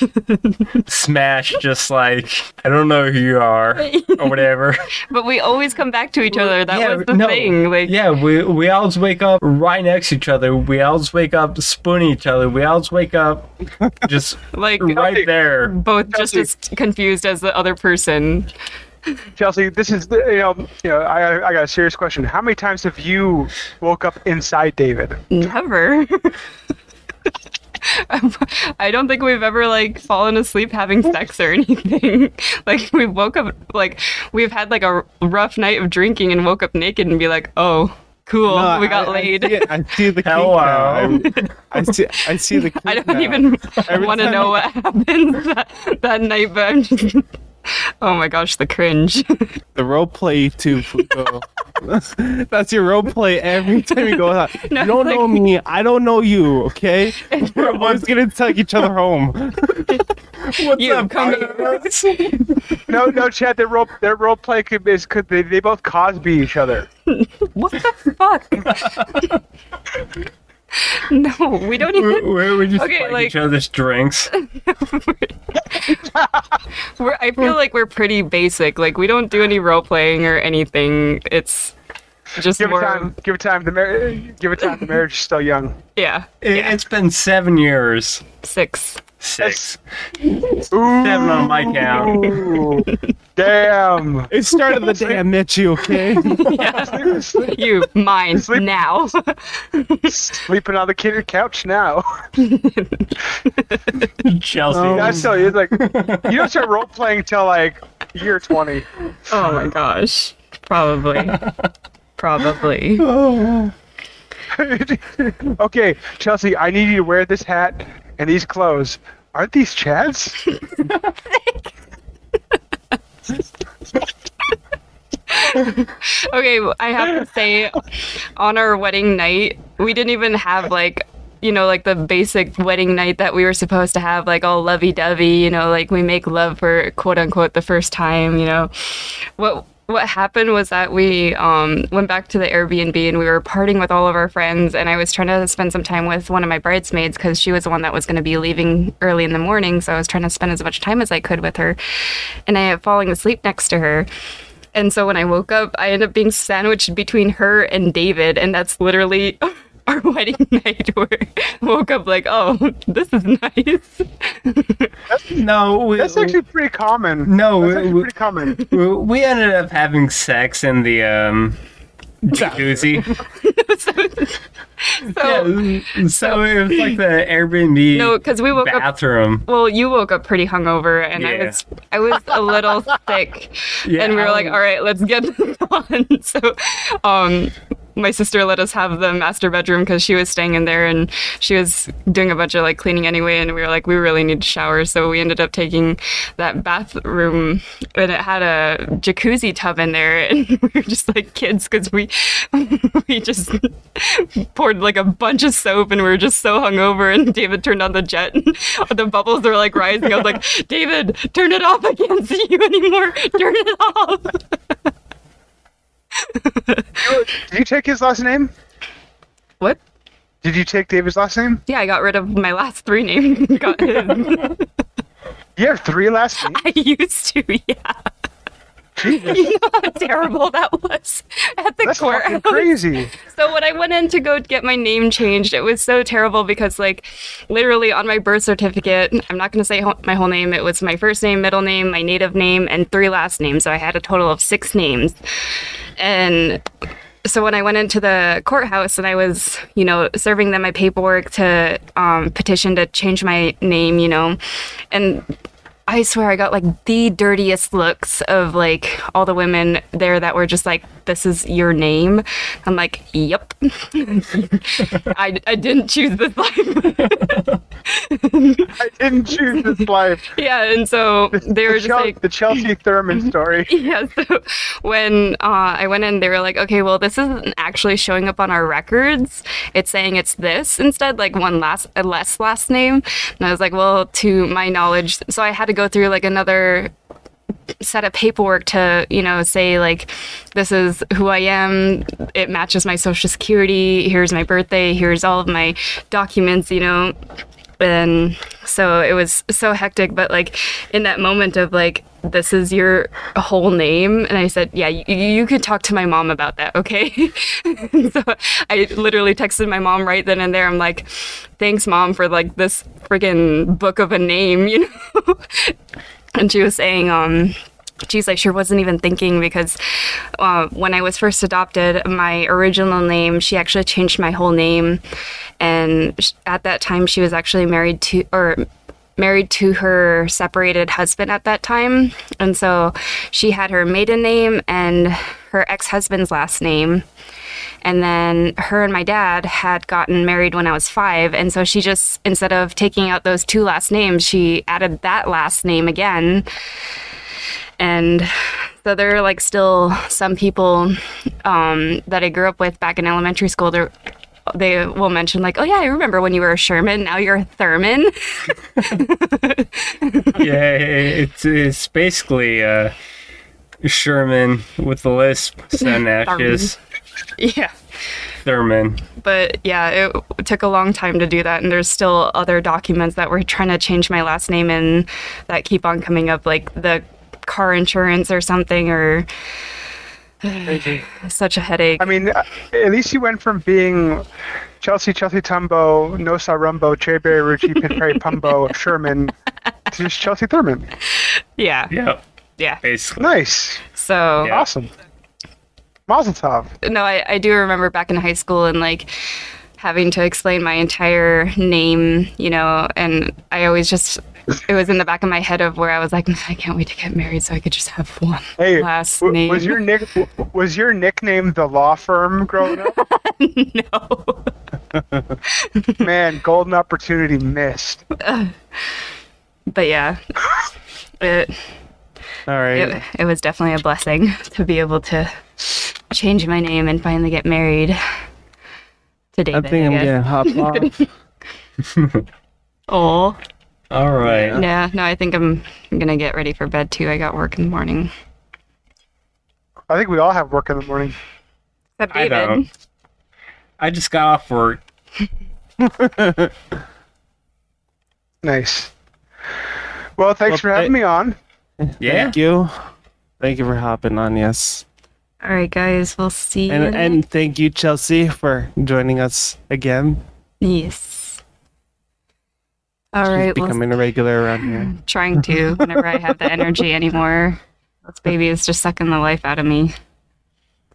Speaker 4: smashed just like, I don't know who you are, or whatever.
Speaker 3: But we always come back to each other. [LAUGHS] That was the
Speaker 4: no,
Speaker 3: thing. Like
Speaker 4: yeah, we, we always wake up right next to each other. We always wake up spooning each other. We always
Speaker 3: [LAUGHS]
Speaker 4: wake up just
Speaker 3: like
Speaker 4: right there.
Speaker 3: both just as confused as the other person.
Speaker 2: Chelsea, this is the, you know, you know, I I got a serious question. How many times have you woke up inside David?
Speaker 1: Mm.
Speaker 3: [LAUGHS] Never. I don't think we've ever like fallen
Speaker 1: [LAUGHS]
Speaker 3: asleep having sex or anything. [LAUGHS] Like we woke up like we've had like a r- rough night of drinking and woke up naked and be like, "Oh, cool.
Speaker 1: No,
Speaker 3: we got
Speaker 1: I- I
Speaker 3: laid."
Speaker 1: see it- I see the kink
Speaker 4: Hello.
Speaker 1: now. I'm- I see. I see
Speaker 3: [LAUGHS]
Speaker 1: the.
Speaker 3: [LAUGHS] I
Speaker 1: kink
Speaker 3: don't
Speaker 1: now.
Speaker 3: even
Speaker 1: Every
Speaker 3: want to
Speaker 1: time
Speaker 3: know what [LAUGHS] happened that, that night, but I'm just, [LAUGHS] oh my gosh, the cringe.
Speaker 1: [LAUGHS] the role play too. Fuko. [LAUGHS] That's your role play every time you go out.
Speaker 3: [LAUGHS] No,
Speaker 1: you don't
Speaker 3: it's
Speaker 1: know
Speaker 3: like-
Speaker 1: me. I don't know you.
Speaker 3: [LAUGHS]
Speaker 1: Okay, we're always gonna take each other home.
Speaker 4: What's
Speaker 3: You
Speaker 4: up,
Speaker 3: come
Speaker 4: guys?
Speaker 3: [LAUGHS]
Speaker 2: No, no, Chad. Their role, their role play could, is could they, they both Cosby each other.
Speaker 3: what the fuck?
Speaker 2: [LAUGHS]
Speaker 3: no, we don't
Speaker 4: Where,
Speaker 3: even.
Speaker 4: where we just
Speaker 3: Okay,
Speaker 4: like,
Speaker 3: like-
Speaker 4: each
Speaker 3: [LAUGHS]
Speaker 4: other's drinks.
Speaker 3: We're, I feel like we're pretty basic. Like we don't do any role playing or anything. It's just
Speaker 2: Give it
Speaker 3: more.
Speaker 2: time. Give it time. The mar- give it time. The marriage is still young.
Speaker 3: Yeah,
Speaker 4: It, It's been seven years.
Speaker 3: six.
Speaker 4: Six.
Speaker 2: Ooh,
Speaker 4: Seven on my
Speaker 3: [LAUGHS]
Speaker 4: count.
Speaker 2: damn.
Speaker 1: It started the day I met you. [LAUGHS] Okay,
Speaker 3: You mine
Speaker 2: Sleep- Oh.
Speaker 3: now. [LAUGHS]
Speaker 2: Sleeping on the kid couch now. [LAUGHS]
Speaker 4: Chelsea.
Speaker 3: Um,
Speaker 2: That's so. It's like you don't start role playing till like year twenty. [LAUGHS]
Speaker 3: oh my gosh, probably, probably.
Speaker 2: okay, Chelsea, I need you to wear this hat and these clothes. Aren't these Chad's?
Speaker 3: okay, well, I have to say, on our wedding night, we didn't even have like, you know, like the basic wedding night that we were supposed to have, like all lovey dovey, you know, like we make love for quote unquote the first time, you know. What what happened was that we um, went back to the Airbnb and we were partying with all of our friends, and I was trying to spend some time with one of my bridesmaids because she was the one that was going to be leaving early in the morning, so I was trying to spend as much time as I could with her, and I had falling asleep next to her. And so when I woke up, I ended up being sandwiched between her and David, and that's literally [LAUGHS] our wedding [LAUGHS] night. Where I woke up like, oh, [LAUGHS] this is nice. [LAUGHS]
Speaker 4: No, we,
Speaker 2: That's actually pretty common.
Speaker 4: no,
Speaker 2: That's
Speaker 4: we,
Speaker 2: actually pretty common.
Speaker 4: we, we ended up having sex in the um jacuzzi.
Speaker 3: so, so
Speaker 4: Yeah, so it was like the
Speaker 3: [LAUGHS]
Speaker 4: Airbnb
Speaker 3: no, because we woke up.
Speaker 4: bathroom.
Speaker 3: Well, you woke up pretty hungover, and I
Speaker 4: Yeah.
Speaker 3: was I was a
Speaker 4: [LAUGHS]
Speaker 3: little sick,
Speaker 4: Yeah,
Speaker 3: and we were
Speaker 4: I
Speaker 3: like, [LAUGHS]
Speaker 4: was-
Speaker 3: all right, let's get this on. So, um, my sister let us have the master bedroom because she was staying in there and she was doing a bunch of like cleaning anyway. And we were like, we really need to shower. So we ended up taking that bathroom and it had a jacuzzi tub in there. [LAUGHS] And we were just like kids because we, [LAUGHS] we just poured like a bunch of soap and we were just so hungover. And [LAUGHS] David turned on the jet and [LAUGHS] the bubbles were like rising. I was [LAUGHS] like, David, turn it off. I can't see you anymore. [LAUGHS] Turn it off.
Speaker 2: Did you take his last name?
Speaker 3: What?
Speaker 2: Did you take David's last name?
Speaker 3: Yeah, I got rid of my last three name. [LAUGHS] got his.
Speaker 2: You have three
Speaker 3: [LAUGHS]
Speaker 2: last names.
Speaker 3: I used to, yeah. [LAUGHS]
Speaker 2: Jesus,
Speaker 3: You know how terrible that was at the
Speaker 2: that's fucking
Speaker 3: courthouse.
Speaker 2: crazy.
Speaker 3: So when I went in to go get my name changed, it was so terrible because, like, literally on my birth certificate, I'm not going to say ho- my whole name. It was my first name, middle name, my native name, and three last names. So I had a total of six names. And so when I went into the courthouse and I was, you know, serving them my paperwork to um, petition to change my name, you know, and I swear I got like the dirtiest looks of like all the women there that were just like, this is your name. I'm like, yep. [LAUGHS] I, I didn't choose this [LAUGHS] life.
Speaker 2: I didn't choose
Speaker 3: [LAUGHS]
Speaker 2: this life.
Speaker 3: yeah. And so they were
Speaker 2: The,
Speaker 3: just
Speaker 2: Chel-
Speaker 3: like,
Speaker 2: the Chelsea Thurman story.
Speaker 3: [LAUGHS] yeah, so when uh, I went in, they were like, okay, well, this isn't actually showing up on our records. It's saying it's this instead, like one last, a less last name. And I was like, well, to my knowledge. So I had to go through like another set of paperwork to, you know, say like, this is who I am. It matches my social security. Here's my birthday. Here's all of my documents, you know. And so it was so hectic, but like in that moment of like, this is your whole name. And I said, yeah, you, you could talk to my mom about that, okay? [LAUGHS] so I literally texted my mom right then and there. I'm like, thanks, mom, for like this freaking book of a name, [LAUGHS] you know? and she was saying um she's like sure wasn't even thinking because uh, when i was first adopted my original name she actually changed my whole name and sh- at that time she was actually married to or married to her separated husband at that time and so she had her maiden name and her ex-husband's last name and then her and my dad had gotten married when I was five. And so she just, instead of taking out those two last names, she added that last name again. And so there are like still some people um, that I grew up with back in elementary school. They're, they will mention like, oh yeah, I remember when you were a Sherman. Now you're a Thurman. [LAUGHS]
Speaker 4: yeah, it's it's basically uh, Sherman with the lisp, Sun Ashes,
Speaker 3: yeah.
Speaker 4: Thurman.
Speaker 3: but yeah, it took a long time to do that. And there's still other documents that were trying to change my last name in that keep on coming up, like the car insurance or something, or [SIGHS] such a headache.
Speaker 2: I mean, uh, at least you went from being Chelsea, Chelsea Tumbo, Nosa Rumbo, Cherryberry Ruchi, Pinberry
Speaker 3: [LAUGHS]
Speaker 2: Pumbo, Sherman, to just Chelsea Thurman.
Speaker 3: yeah,
Speaker 4: Yeah,
Speaker 3: yeah.
Speaker 4: basically.
Speaker 2: Nice.
Speaker 3: So
Speaker 4: Yeah.
Speaker 2: Awesome. Mazel tov.
Speaker 3: no, I, I do remember back in high school and like having to explain my entire name, you know, and I always just. It was in the back of my head of where I was like, I can't wait to get married so I could just have one
Speaker 2: Hey,
Speaker 3: last
Speaker 2: w-
Speaker 3: name.
Speaker 2: was your nick w- was your nickname the law firm growing up?
Speaker 3: [LAUGHS] no.
Speaker 2: [LAUGHS] Man, golden opportunity missed.
Speaker 3: but yeah, it,
Speaker 1: All right.
Speaker 3: it it was definitely a blessing to be able to change my name and finally get married to
Speaker 1: I
Speaker 3: David.
Speaker 1: think I'm gonna hop off.
Speaker 3: Oh
Speaker 4: All right.
Speaker 3: yeah, no, I think I'm gonna get ready for bed too. I got work in the morning.
Speaker 2: I think we all have work in the morning.
Speaker 3: Except
Speaker 4: I
Speaker 3: David.
Speaker 4: don't. I just got off work.
Speaker 2: Nice. Well, thanks
Speaker 1: Well,
Speaker 2: for having
Speaker 1: thank-
Speaker 2: me on.
Speaker 4: Yeah.
Speaker 1: Thank you. Thank you for hopping on. Yes.
Speaker 3: All right, guys, we'll see.
Speaker 1: And
Speaker 3: you next-
Speaker 1: and thank you, Chelsea, for joining us again.
Speaker 3: yes. All
Speaker 1: She's
Speaker 3: right, we'll
Speaker 1: becoming a regular around
Speaker 3: [CLEARS THROAT]
Speaker 1: here.
Speaker 3: trying to whenever I have the energy anymore. This baby is just sucking the life out of me.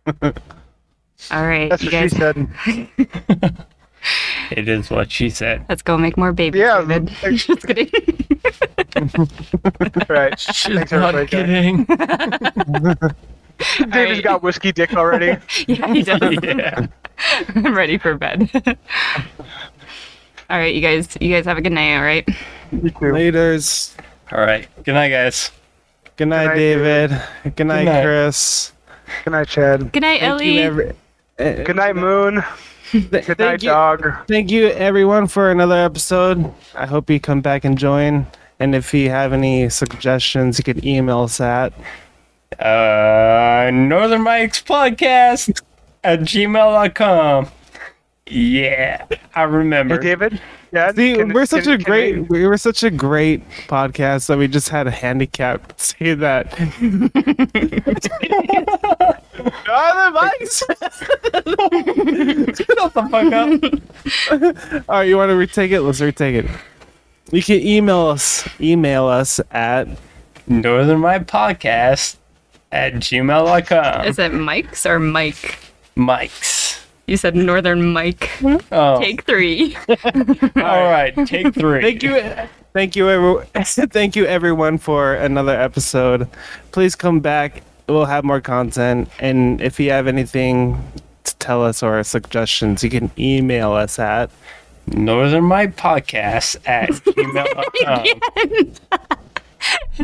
Speaker 3: All right,
Speaker 2: That's
Speaker 3: you
Speaker 2: what
Speaker 3: guys.
Speaker 2: she said.
Speaker 4: It is what she said.
Speaker 3: Let's go make more babies.
Speaker 2: Yeah,
Speaker 3: David. [LAUGHS]
Speaker 2: thanks.
Speaker 3: just kidding. [LAUGHS]
Speaker 2: All right. Thanks, everybody.
Speaker 4: kidding.
Speaker 2: David's got whiskey dick already.
Speaker 3: [LAUGHS] yeah, he does.
Speaker 4: yeah.
Speaker 3: [LAUGHS] I'm ready for bed. [LAUGHS] all right, you guys. You guys have a good night. All right.
Speaker 1: Laters.
Speaker 4: All right. Good night, guys.
Speaker 1: Good night,
Speaker 2: night,
Speaker 1: David.
Speaker 2: David.
Speaker 1: Good night,
Speaker 4: night.
Speaker 1: Chris.
Speaker 2: Good night, Chad.
Speaker 3: Good night,
Speaker 1: Thank
Speaker 3: Ellie.
Speaker 1: you, every- eh,
Speaker 2: Good night, Moon.
Speaker 1: th-
Speaker 2: Good night,
Speaker 1: thank you-
Speaker 2: dog.
Speaker 1: Thank you, everyone, for another episode. I hope you come back and join. And if you have any suggestions, you can email us at
Speaker 4: Uh, Northern Mike's podcast at gmail.com. Yeah, I remember.
Speaker 2: Hey, David. Yeah.
Speaker 1: See,
Speaker 2: can-
Speaker 1: we're such
Speaker 2: can-
Speaker 1: a
Speaker 2: can
Speaker 1: great,
Speaker 2: we-
Speaker 1: we were such a great podcast that we just had a handicap [LAUGHS] say that. Northern Mike's.
Speaker 4: Shut the fuck up.
Speaker 2: [LAUGHS]
Speaker 1: All right, you want to retake it? Let's retake it. You can email us. Email us at
Speaker 4: Northern Mike podcast at gmail.com.
Speaker 3: Is it Mike's or Mike?
Speaker 4: Mike's.
Speaker 3: You said Northern Mike.
Speaker 4: Oh,
Speaker 3: Take three.
Speaker 4: all right. Take three.
Speaker 1: Thank you, thank you, every, [LAUGHS] thank you, everyone, for another episode. Please come back. We'll have more content, and if you have anything to tell us or suggestions, you can email us at.
Speaker 4: Northern Mike podcast
Speaker 2: [LAUGHS]
Speaker 4: at gmail.com.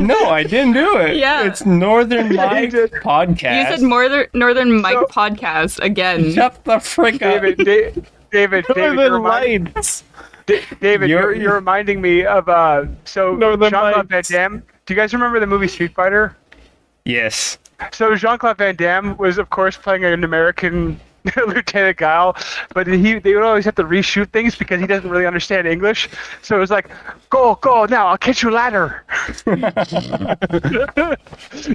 Speaker 4: no, I didn't do it.
Speaker 3: Yeah.
Speaker 2: [LAUGHS]
Speaker 4: It's Northern Mike
Speaker 2: did.
Speaker 3: You
Speaker 4: podcast.
Speaker 3: said Northern Northern Mike
Speaker 2: So-
Speaker 3: podcast again.
Speaker 1: [LAUGHS]
Speaker 4: Shut the frick up.
Speaker 2: David, da- David, David,
Speaker 1: Northern
Speaker 2: you're reminding,
Speaker 1: Lights.
Speaker 2: Da- David,
Speaker 4: You're-
Speaker 2: you're, you're reminding me of uh. So
Speaker 1: Northern
Speaker 2: Jean-Claude Van
Speaker 1: Lights.
Speaker 2: Damme. Do you guys remember the movie Street Fighter?
Speaker 4: Yes.
Speaker 2: So Jean-Claude Van Damme was, of course, playing an American [LAUGHS] Lieutenant Guile, but he they would always have to reshoot things because he doesn't really understand English. So it was like, "Go, go now! I'll catch you [LAUGHS] later."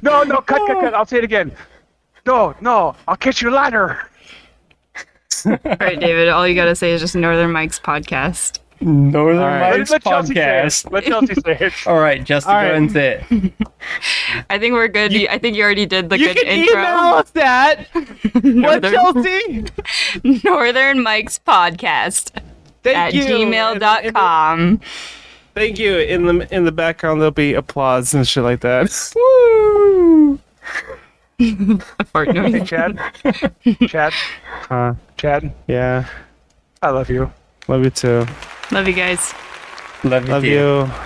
Speaker 2: no, no, cut, cut, cut! I'll say it again. No, no, I'll catch you later.
Speaker 3: All right, David. All you gotta say is just Northern Mike's podcast.
Speaker 4: Northern
Speaker 1: right.
Speaker 4: Mike's
Speaker 2: let Chelsea say
Speaker 4: podcast.
Speaker 2: it. Let Chelsea say it.
Speaker 4: All right, Justin,
Speaker 1: All
Speaker 4: go
Speaker 1: right.
Speaker 4: and say it.
Speaker 3: I think we're good. I think you already did the
Speaker 1: You
Speaker 3: good
Speaker 1: can
Speaker 3: intro.
Speaker 1: email us at what
Speaker 3: Northern,
Speaker 1: Chelsea?
Speaker 3: Northern Mike's podcast
Speaker 1: Thank
Speaker 3: at
Speaker 1: you. And- and-
Speaker 3: gmail.com.
Speaker 1: Thank you. In the in the background, there'll be applause and shit like that. [LAUGHS]
Speaker 3: Fort
Speaker 1: [LAUGHS]
Speaker 3: Northern.
Speaker 2: Chad, Chad,
Speaker 1: Huh.
Speaker 2: Chad,
Speaker 1: Yeah.
Speaker 2: I love you.
Speaker 1: Love you too.
Speaker 3: Love you guys.
Speaker 4: Love you.
Speaker 1: Love
Speaker 4: too.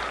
Speaker 1: you.